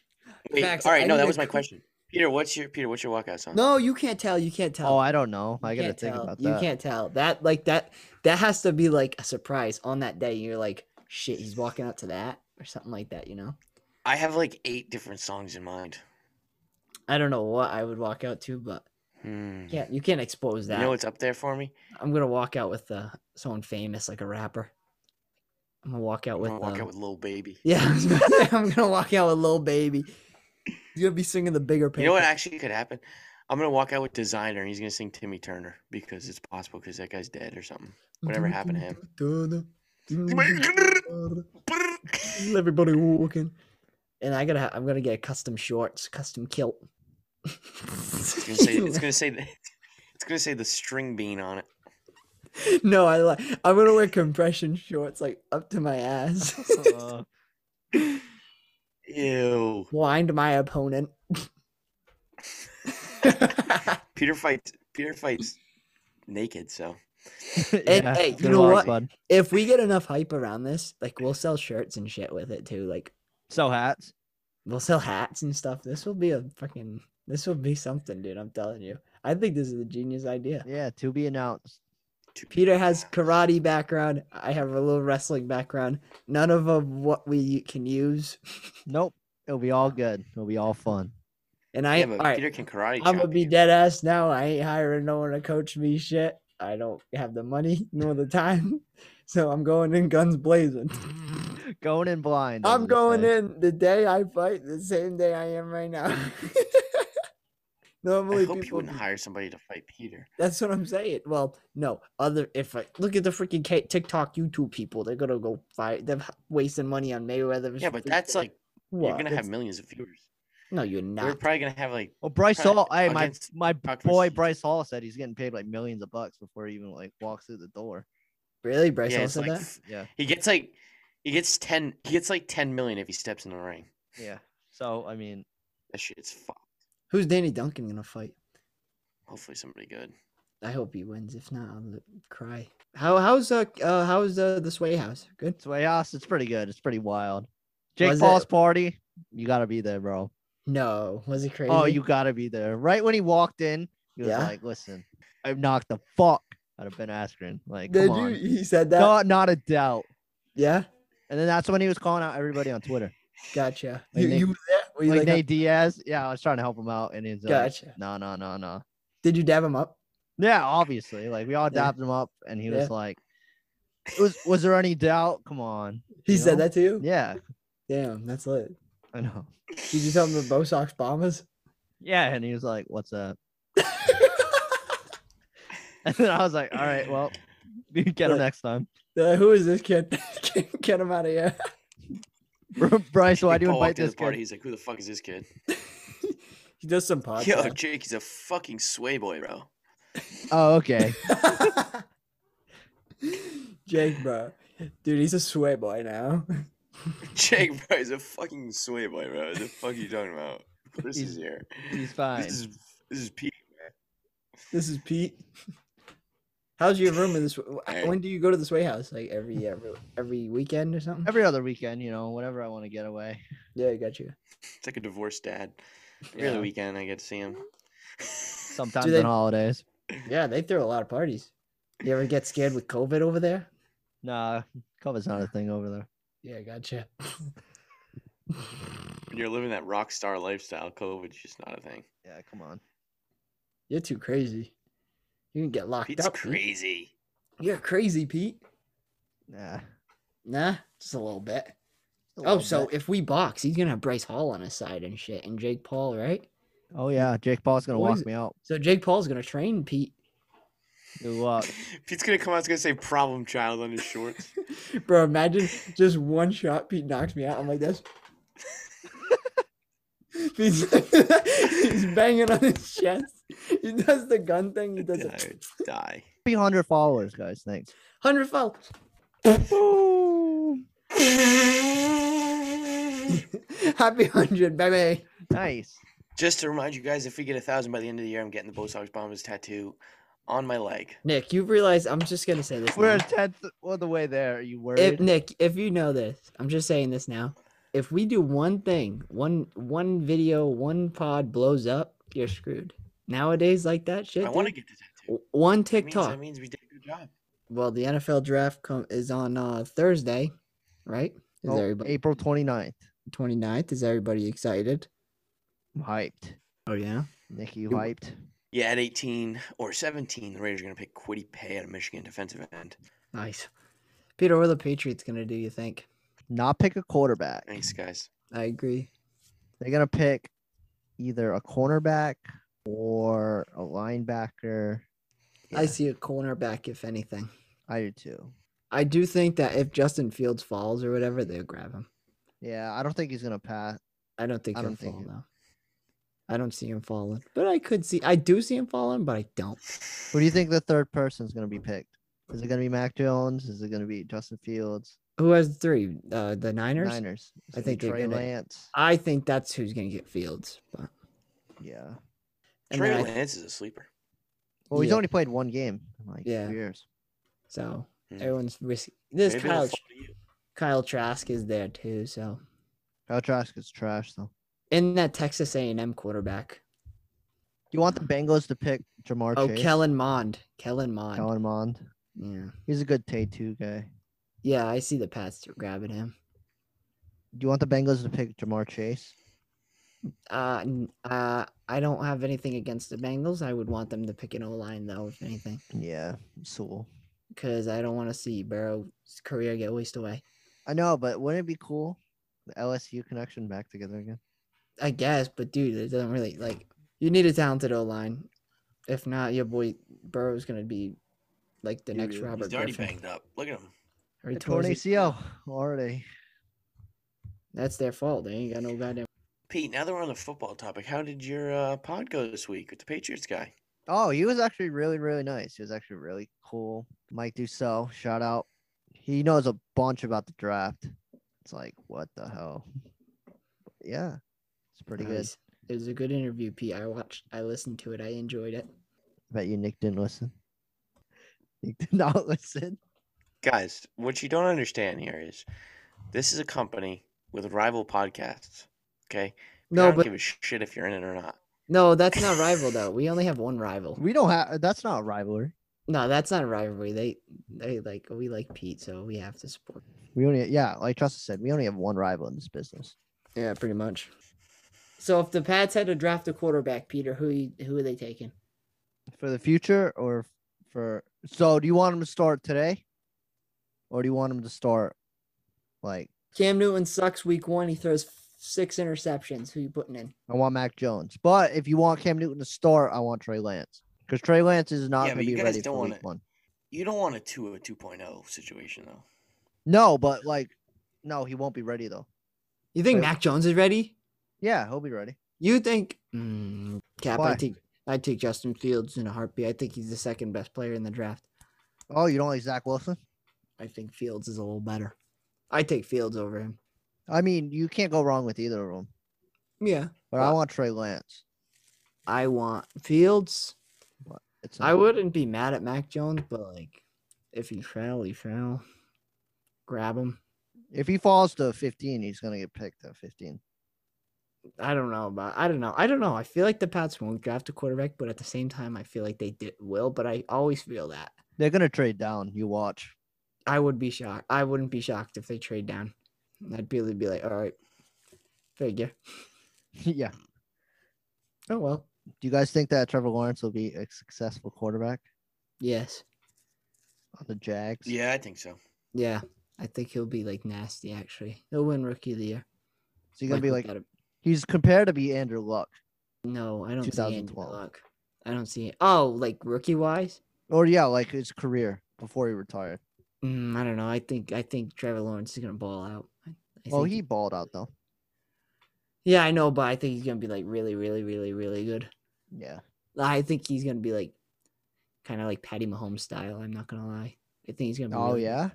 S4: Wait,
S2: Facts,
S4: all right,
S2: I
S4: no,
S2: need
S4: that
S2: a
S4: was my
S2: cou-
S4: question. Peter, what's your Peter? What's your walkout song?
S2: No, you can't tell. You can't tell.
S3: Oh, I don't know. I
S2: You
S3: gotta
S2: can't
S3: think
S2: tell.
S3: about
S2: You
S3: that.
S2: can't tell. That like that that has to be like a surprise on that day. You're like, shit, he's walking out to that or something like that, you know?
S4: I have like eight different songs in mind.
S2: I don't know what I would walk out to, but
S4: Hmm.
S2: yeah, you can't expose
S4: You
S2: that.
S4: know what's up there for me?
S2: I'm gonna walk out with uh, someone famous, like a rapper. I'm gonna walk out
S4: I'm
S2: with,
S4: gonna walk
S2: uh,
S4: out with Lil Baby.
S2: Yeah, I was gonna say, I'm gonna walk out with Lil Baby. He's gonna be singing the bigger picture.
S4: You know what actually could happen? I'm gonna walk out with Designer, and he's gonna sing Timmy Turner because it's possible because that guy's dead or something. whatever happened
S2: to him. Everybody walking. And I gotta, ha- I'm gonna get custom shorts, custom kilt.
S4: It's gonna say it's gonna say the, it's gonna say the string bean on it.
S2: no, I like. I'm gonna wear compression shorts like up to my ass.
S3: Uh,
S4: Ew.
S2: Blind my opponent.
S4: Peter fights Peter fights naked, so
S3: yeah,
S2: hey,
S3: it's
S2: you
S3: gonna
S2: know
S3: be
S2: what?
S3: Fun.
S2: if we get enough hype around this, like we'll sell shirts and shit with it too. Like
S3: So hats.
S2: we'll sell hats and stuff. This will be a fucking. This will be something, dude. I'm telling you. I think this is a genius idea.
S3: Yeah, to be announced.
S4: to-
S2: Peter has karate background. I have a little wrestling background. None of them what we can use.
S3: Nope. It'll be all good. It'll be all fun.
S2: And I,
S4: Yeah,
S2: all
S4: but
S2: right,
S4: Peter can karate.
S2: I'm gonna
S4: chop
S2: be
S4: you.
S2: dead ass now. I ain't hiring no one to coach me shit. I don't have the money nor the time, so I'm going in guns blazing.
S3: Going in blind.
S2: I'm going in the day I fight, the same day I am right now.
S4: I
S2: Normally,
S4: hope you
S2: people.
S4: wouldn't hire somebody to fight Peter.
S2: That's what I'm saying. Well, no, other if I look at the freaking K- TikTok YouTube people, they're gonna go fight. They're h- wasting money on Mayweather.
S4: Yeah, but that's like you're
S2: What?
S4: gonna have
S2: That's-
S4: millions of viewers.
S2: no, you're
S4: We're
S2: not.
S4: probably gonna have like
S3: Well, Oh, Bryce
S4: Try-
S3: Hall. Hey, my
S4: against
S3: my
S4: Tucker
S3: boy
S4: Season.
S3: Bryce Hall said he's getting paid like millions of bucks before he even like walks through the door.
S2: really, Bryce
S4: yeah,
S2: Hall
S4: it's
S2: said
S4: like
S2: that.
S4: f-
S3: Yeah,
S4: he gets like he gets ten he gets like ten million if he steps in the ring.
S3: yeah. So I mean,
S4: That shit's fucked.
S2: Who's Danny Duncan gonna fight?
S4: Hopefully somebody good.
S2: I hope he wins. If not, I'll cry. How how's uh, uh how's uh, the Sway House? Good.
S3: it's way house. It's pretty good. It's pretty wild. Jake
S2: Was it-
S3: Paul's party. You gotta be there, bro.
S2: No, was it crazy?
S3: Oh, you gotta be there. Right when he walked in, he was
S2: Yeah.
S3: like, "Listen, I've knocked the fuck out of Ben Askren. Like,
S2: did
S3: come
S2: you?
S3: on,
S2: He said that.
S3: not not a doubt."
S2: Yeah,
S3: And then that's when he was calling out everybody on Twitter,
S2: gotcha.
S3: Like
S2: you,
S3: Nate-
S2: you were there? Were you
S3: like,
S2: like,
S3: Nate Diaz. Yeah, I was trying to help him out, and he's like,
S2: Gotcha.
S3: "No, no, no, no."
S2: did you dab him up?
S3: Yeah, obviously. Like we all
S2: Yeah.
S3: dapped him up, and he
S2: Yeah.
S3: was like, "Was was there any doubt? Come on."
S2: He
S3: You
S2: said
S3: know?
S2: that to you.
S3: Yeah,
S2: Damn, that's lit.
S3: I know.
S2: Did you tell him the Bo Sox Bombers?
S3: Yeah, and he was like, "What's up?" And then I was like, "All right, well, you get him
S2: Like-
S3: next time."
S2: They're like, Who is this kid? Get- Get him out of here.
S3: Bryce, why
S4: Jake
S3: do you
S4: Paul
S3: invite
S4: walked in
S3: this
S4: the party.
S3: kid?
S4: He's like, who the fuck is this kid?
S2: he does some podcast.
S4: Yo, Jake, he's a fucking sway boy, bro.
S3: Oh, okay.
S2: Jake, bro. Dude, he's a sway boy now.
S4: Jake, bro, he's a fucking sway boy, bro. What the fuck are you talking about? Chris
S3: He's-
S4: is here.
S3: He's fine.
S4: This is this is Pete.
S2: This is Pete. How's your room in this? When do you go to the Sway House? Like every every every weekend or something?
S3: Every other weekend, you know, whenever I want to get away.
S2: yeah, I got you.
S4: It's like a divorced dad. Every other
S3: Yeah.
S4: weekend I get to see him.
S3: Sometimes
S2: they-
S3: on holidays.
S2: Yeah, they throw a lot of parties. You ever get scared with COVID over there?
S3: Nah, COVID's not a thing over there.
S2: Yeah, gotcha.
S4: When you're living that rock star lifestyle, COVID's just not a thing.
S3: Yeah, come on.
S2: You're too crazy. You can get locked
S4: Pete's
S2: up. Pete.
S4: crazy.
S2: You're crazy, Pete.
S3: Nah.
S2: Nah, just a little bit.
S3: a
S2: Oh,
S3: little
S2: so
S3: bit.
S2: if we box, he's gonna have Bryce Hall on his side and shit, and Jake Paul, right?
S3: oh yeah, Jake Paul's gonna
S2: What is
S3: walk
S2: it?
S3: me out.
S2: So Jake Paul's gonna train Pete,
S3: Do what?
S4: Pete's gonna come out. He's gonna say "problem child" on his shorts.
S2: bro. Imagine just one shot, Pete knocks me out. I'm like this. Pete's like- he's banging on his chest. He does the gun thing. He does
S4: Yeah, I
S2: it.
S4: would die.
S3: 300 followers, guys. Thanks.
S2: Hundred foul. Happy hundred, baby.
S3: Nice.
S4: Just to remind you guys, if we get a thousand by the end of the year, I'm getting the Bo Sox Bombers tattoo on my leg.
S2: Nick, you realize I'm just gonna say this.
S3: We're a
S2: now.
S3: tenth of the way there. Are you
S2: If,
S3: worried?
S2: Nick, if you know this, I'm just saying this now. If we do one thing, one one video, one pod blows up, you're screwed. Nowadays, like that shit.
S4: I want to
S2: dude,
S4: get the tattoo.
S2: w- one
S4: That means,
S2: TikTok.
S4: that means we did a good job.
S2: well, the NFL draft com- is on uh, Thursday, right? Is
S3: Oh,
S2: everybody
S3: April 29th.
S2: 29th? Is everybody excited?
S3: I'm hyped.
S2: Oh yeah.
S3: Nick, you hyped?
S4: Yeah, at 18 or 17, the Raiders are going to pick Quiddy Pay out of Michigan defensive end.
S2: Nice. Peter, what are the Patriots gonna do? You think?
S3: Not pick a quarterback.
S4: Thanks, guys.
S2: I agree.
S3: They're gonna pick either a cornerback or a linebacker.
S2: I
S3: Yeah,
S2: see a cornerback, if anything.
S3: I do too.
S2: I do think that if Justin Fields falls or whatever, they'll grab him.
S3: Yeah, I don't think he's gonna pass.
S2: I don't think
S3: I
S2: he'll
S3: don't think
S2: fall
S3: it-
S2: though. I don't see him falling, but I could see. I do see him falling, but I don't.
S3: Who do you think the third person's gonna be picked? Is it gonna be Mac Jones? Is it gonna be Justin Fields?
S2: Who has three? Uh, the Niners.
S3: Niners. Is
S2: I
S3: it gonna be
S2: think they're
S3: Trey
S2: gonna-
S3: Lance.
S2: I think that's who's gonna get Fields. But
S3: Yeah.
S2: and
S4: Trey
S2: then I-
S4: Lance is a sleeper.
S3: Well, he's
S2: Yeah.
S3: only played one game in like
S2: Yeah.
S3: two years.
S2: so
S4: Hmm.
S2: everyone's risky. This
S4: Maybe he'll
S2: Kyle
S4: fall to you.
S2: Kyle Trask is there too. So
S3: Kyle Trask is trash though.
S2: and that Texas A and M quarterback.
S3: Do you want the Bengals to pick Jamar
S2: Oh,
S3: Chase?
S2: Kellen Mond. Kellen Mond.
S3: Kellen Mond.
S2: Yeah.
S3: He's a good Tay two guy.
S2: Yeah, I see the Pats grabbing him.
S3: Do you want the Bengals to pick Jamar Chase?
S2: Uh, n- uh, I don't have anything against the Bengals. I would want them to pick an O line though, if anything.
S3: Yeah, Sewell.
S2: because I don't want to see Burrow's career get wasted away.
S3: I know, but wouldn't it be cool? The LSU connection back together again.
S2: I guess, but dude, it doesn't really like you need a talented O line. If not, your boy Burrow's gonna be like the
S3: You
S2: next
S3: really-
S2: Robert
S4: He's already
S2: Griffin.
S4: banged up. Look at him.
S2: Or he
S3: They tore an
S2: tore his-
S3: ACL already.
S2: That's their fault. They ain't got no goddamn.
S4: Pete, now that we're on the football topic, how did your uh, pod go this week with the Patriots guy?
S3: Oh, he was actually really, really nice. He was actually really cool. Mike Dussel, shout out. He knows a bunch about the draft. It's like, what the hell? But yeah, it's pretty good.
S2: eyes. It was a good interview, Pete. I watched. I listened to it. I enjoyed it.
S3: I bet you Nick didn't listen. Nick did not listen.
S4: Guys, what you don't understand here is this is a company with rival podcasts. Okay? I
S2: No,
S4: don't
S2: but
S4: give a shit if you're in it or not.
S2: no, that's not rival though. We only have one rival.
S3: We don't have. That's not a rivalry.
S2: No, that's not a rivalry. They they like we like Pete, so we have to support.
S3: We only, yeah, like Trusty said, we only have one rival in this business.
S2: Yeah, pretty much. So if the Pats had to draft a quarterback, Peter, who you, who are they taking?
S3: For the future, or for so, do you want him to start today, or do you want him to start like
S2: Cam Newton sucks week one. He throws six interceptions. Who you putting in?
S3: I want Mac Jones? But if you want Cam Newton to start, I want Trey Lance because Trey Lance is not
S4: Yeah, but
S3: going
S4: you
S3: to be
S4: guys
S3: ready
S4: don't
S3: for
S4: wanna-
S3: week one.
S4: You don't want a 2 a 2.0 situation, though.
S3: No, but like, no, he won't be ready though.
S2: You think
S3: Wait.
S2: Mac Jones is ready?
S3: Yeah, he'll be ready.
S2: You think? Mm, Cap, I
S3: Why?
S2: take I take Justin Fields in a heartbeat. I think he's the second best player in the draft.
S3: Oh, you don't like Zach Wilson?
S2: I think Fields is a little better. I take Fields over him.
S3: I mean, you can't go wrong with either of them.
S2: Yeah,
S3: But I
S2: Well-
S3: want Trey Lance.
S2: I want Fields.
S3: What? It's
S2: I
S3: not-
S2: wouldn't be mad at Mac Jones, but like, if he fell, he fell. Grab him.
S3: If he falls to 15, he's gonna get picked at 15.
S2: I don't know about. I don't know. I don't know. I feel like the Pats won't draft a quarterback, but at the same time, I feel like they did will. But I always feel that
S3: They're gonna trade down. You watch.
S2: I would be shocked. I wouldn't be shocked if they trade down. I'd be, be like, all right, figure.
S3: yeah.
S2: Oh well.
S3: Do you guys think that Trevor Lawrence will be a successful quarterback
S2: Yes.
S3: on the Jags?
S4: Yeah, I think so.
S2: Yeah. I think he'll be like nasty. Actually, he'll win rookie of the year.
S3: Is he gonna be like
S2: without
S3: he's compared to be Andrew Luck?
S2: a- no, I don't see any
S3: 2012.
S2: luck. I don't see. Oh, like rookie wise.
S3: Or yeah, like his career before he retired.
S2: Mm, I don't know. I think I think Trevor Lawrence is gonna ball out. I, I
S3: Well,
S2: think
S3: he balled out though.
S2: Yeah, I know, but I think he's gonna be like really, really, really, really good.
S3: Yeah.
S2: I think he's gonna be like kind of like Patty Mahomes style. I'm not gonna lie. I think he's gonna. Be
S3: Oh
S2: really good.
S3: yeah.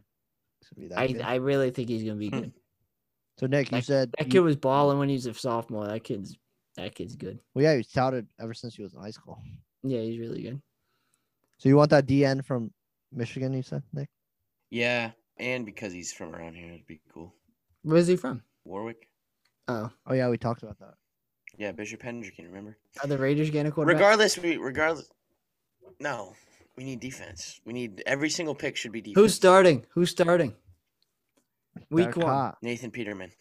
S3: It's gonna be that good.
S2: I, I really think he's gonna be
S4: Hmm.
S2: good.
S3: so Nick, you said
S2: That
S3: you-
S2: kid was balling when he was a sophomore. That kid's that kid's good.
S3: well, yeah, he was touted ever since he was in high school.
S2: Yeah, he's really good.
S3: So you want that DN from Michigan? You said Nick.
S4: Yeah, and because he's from around here, it'd be cool.
S2: Where's he from?
S4: Warwick.
S2: Oh,
S3: Oh yeah, we talked about that.
S4: Yeah, Bishop Hendrickson. Remember?
S2: are the Raiders getting a quarterback?
S4: Regardless, we regardless. No, we need defense. We need every single pick should be defense.
S2: Who's starting? Who's starting? Week
S3: Derek
S2: one,
S3: Carr.
S4: Nathan Peterman?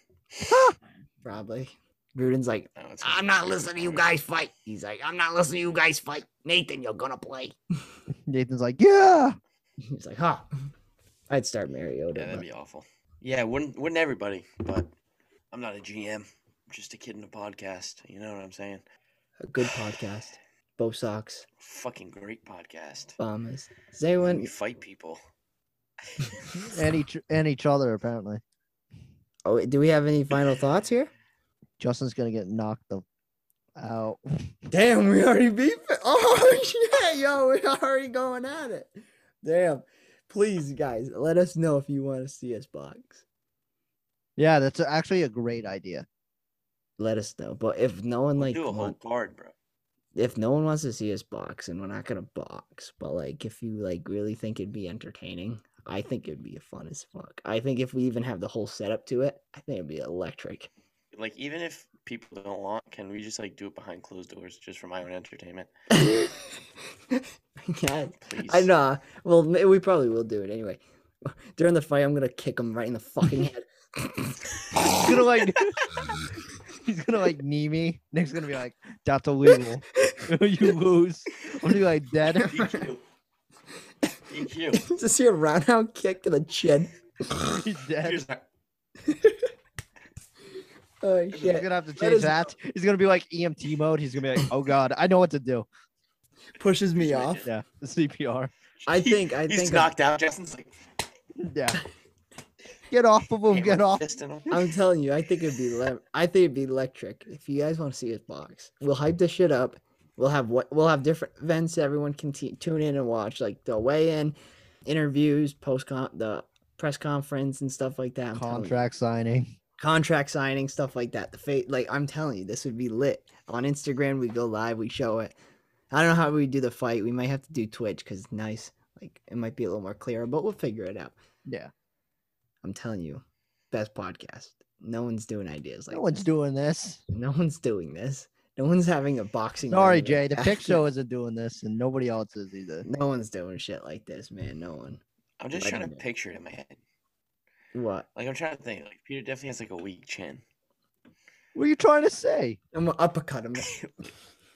S2: probably. Gruden's like,
S4: No, it's
S2: I'm not listening to you guys fight. He's like, I'm not listening to you guys fight. Nathan, you're gonna play.
S3: Nathan's like, yeah.
S2: He's like, huh. I'd start Mariota.
S4: Yeah, that'd
S2: but-
S4: be awful. Yeah, wouldn't wouldn't everybody? But I'm not a GM. I'm just a kid in a podcast. You know what I'm saying?
S2: a good podcast. Bo Sox,
S4: Fucking great podcast.
S2: Bombers. Does
S4: When we
S2: anyone?
S4: fight people.
S3: And each and each other apparently.
S2: Oh, wait, do we have any final thoughts here?
S3: Justin's gonna get knocked the out.
S2: Damn, we already beat. it. Oh shit, yo, we're already going at it. Damn. Please, guys, let us know if you want to see us box.
S3: Yeah, that's actually a great idea.
S2: Let us know. But if no one like
S4: do a whole
S2: want,
S4: card, bro.
S2: if no one wants to see us box, and we're not gonna box, but like if you like really think it'd be entertaining, I think it'd be fun as fuck. I think if we even have the whole setup to it, I think it'd be electric.
S4: Like even if people don't want, can we just like do it behind closed doors, just for my own entertainment?
S2: I can't.
S4: Please.
S2: I know. Well, ma- we probably will do it anyway. During the fight, I'm gonna kick him right in the fucking head.
S3: He's gonna like he's gonna like knee me. Nick's gonna be like, that's illegal. you lose. I'm gonna be like dead.
S4: DQ. DQ.
S2: Just see a roundhouse kick to the chin.
S3: He's dead.
S4: Here's our-
S2: Oh
S3: He's
S2: shit!
S3: gonna have to
S2: us
S3: change that. He's gonna be like EMT mode. He's gonna be like, oh god, I know what to do.
S2: Pushes me
S4: Here's my
S2: off.
S4: dick.
S3: Yeah, the CPR.
S2: I think. I
S4: He's
S2: think. I'm,
S4: knocked out. Justin's like,
S3: Yeah. Get off of him.
S4: hammer
S3: Get off.
S4: fist in him.
S2: I'm telling you, I think it'd be. Le- I think it'd be electric. If you guys want to see us box, we'll hype this shit up. We'll have what we'll have different events that everyone can t- tune in and watch, like the weigh-in, interviews, post con the press conference and stuff like that. I'm telling you.
S3: Contract signing.
S2: contract signing stuff like that the fate like i'm telling you this would be lit on instagram we go live we show it i don't know how we do the fight we might have to do twitch because it's nice like it might be a little more clearer but we'll figure it out
S3: Yeah.
S2: i'm telling you best podcast no one's doing ideas like
S3: No one's doing this.
S2: this. no one's doing this no one's having a boxing ring
S3: Sorry,
S2: with a
S3: Jay. The pick
S2: basket.
S3: show isn't doing this, and nobody else is either.
S2: no one's doing shit like this man no one
S4: I'm just
S2: I
S4: trying to
S2: don't know.
S4: picture it in my head.
S2: what
S4: Like I'm trying to think. Like Peter definitely has like a weak chin.
S3: What are you trying to say?
S2: i'm gonna uppercut him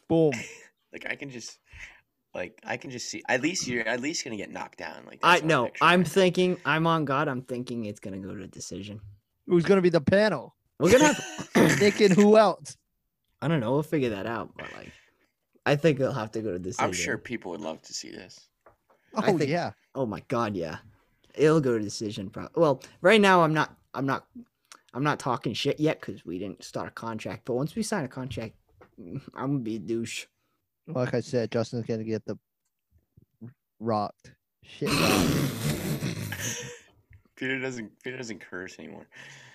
S3: Boom.
S4: Like I can just, like I can just see. At least you're at least gonna get knocked down. Like
S2: i
S4: that's what
S2: no
S4: picturing
S2: i'm
S4: right now.
S2: thinking i'm on god i'm thinking it's gonna go to a decision
S3: Who's gonna be the panel?
S2: we're gonna have
S3: Nick and who else?
S2: I don't know. We'll figure that out. But like, I think it'll have to go to this.
S4: I'm sure people would love to see this.
S3: Oh
S2: I think-
S3: yeah.
S2: Oh my god, yeah, it'll go to decision. Pro- well, right now I'm not. I'm not. I'm not talking shit yet because we didn't start a contract. But once we sign a contract, I'm gonna be a douche.
S3: Like I said, Justin's gonna get the rocked. Shit. rocked.
S4: Peter doesn't. Peter doesn't curse anymore.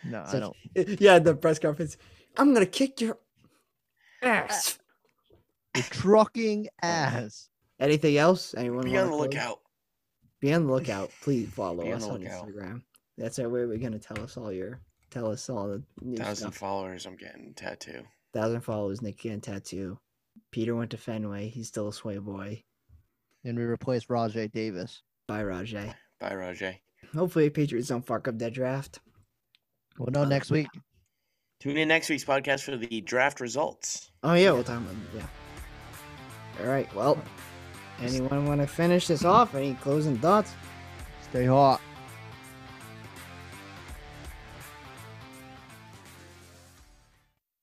S3: No, I
S2: So-
S3: don't.
S2: Yeah, the press conference. I'm
S4: Uh,
S2: gonna kick your ass.
S3: The trucking ass.
S2: Anything else? Anyone
S4: Be
S2: wanna
S4: on the
S2: close?
S4: lookout.
S2: Be on the lookout. Please follow
S4: Be on
S2: us
S4: the
S2: on
S4: lookout.
S2: Instagram. That's our way we're gonna tell us all your tell us all the new
S4: Thousand
S2: stuff.
S4: followers, I'm getting tattoo.
S2: Thousand followers, Nick can tattoo. Peter went to Fenway. He's still a sway boy.
S3: And we replaced Rajay Davis.
S2: Bye, Rajay.
S4: Bye, Rajay.
S2: Hopefully, Patriots don't fuck up that draft.
S3: We'll know next week.
S4: Tune in next week's podcast for the draft results.
S2: Oh yeah, we'll talk about yeah. All right. Well, anyone want to finish this off? Any closing thoughts?
S3: Stay hot.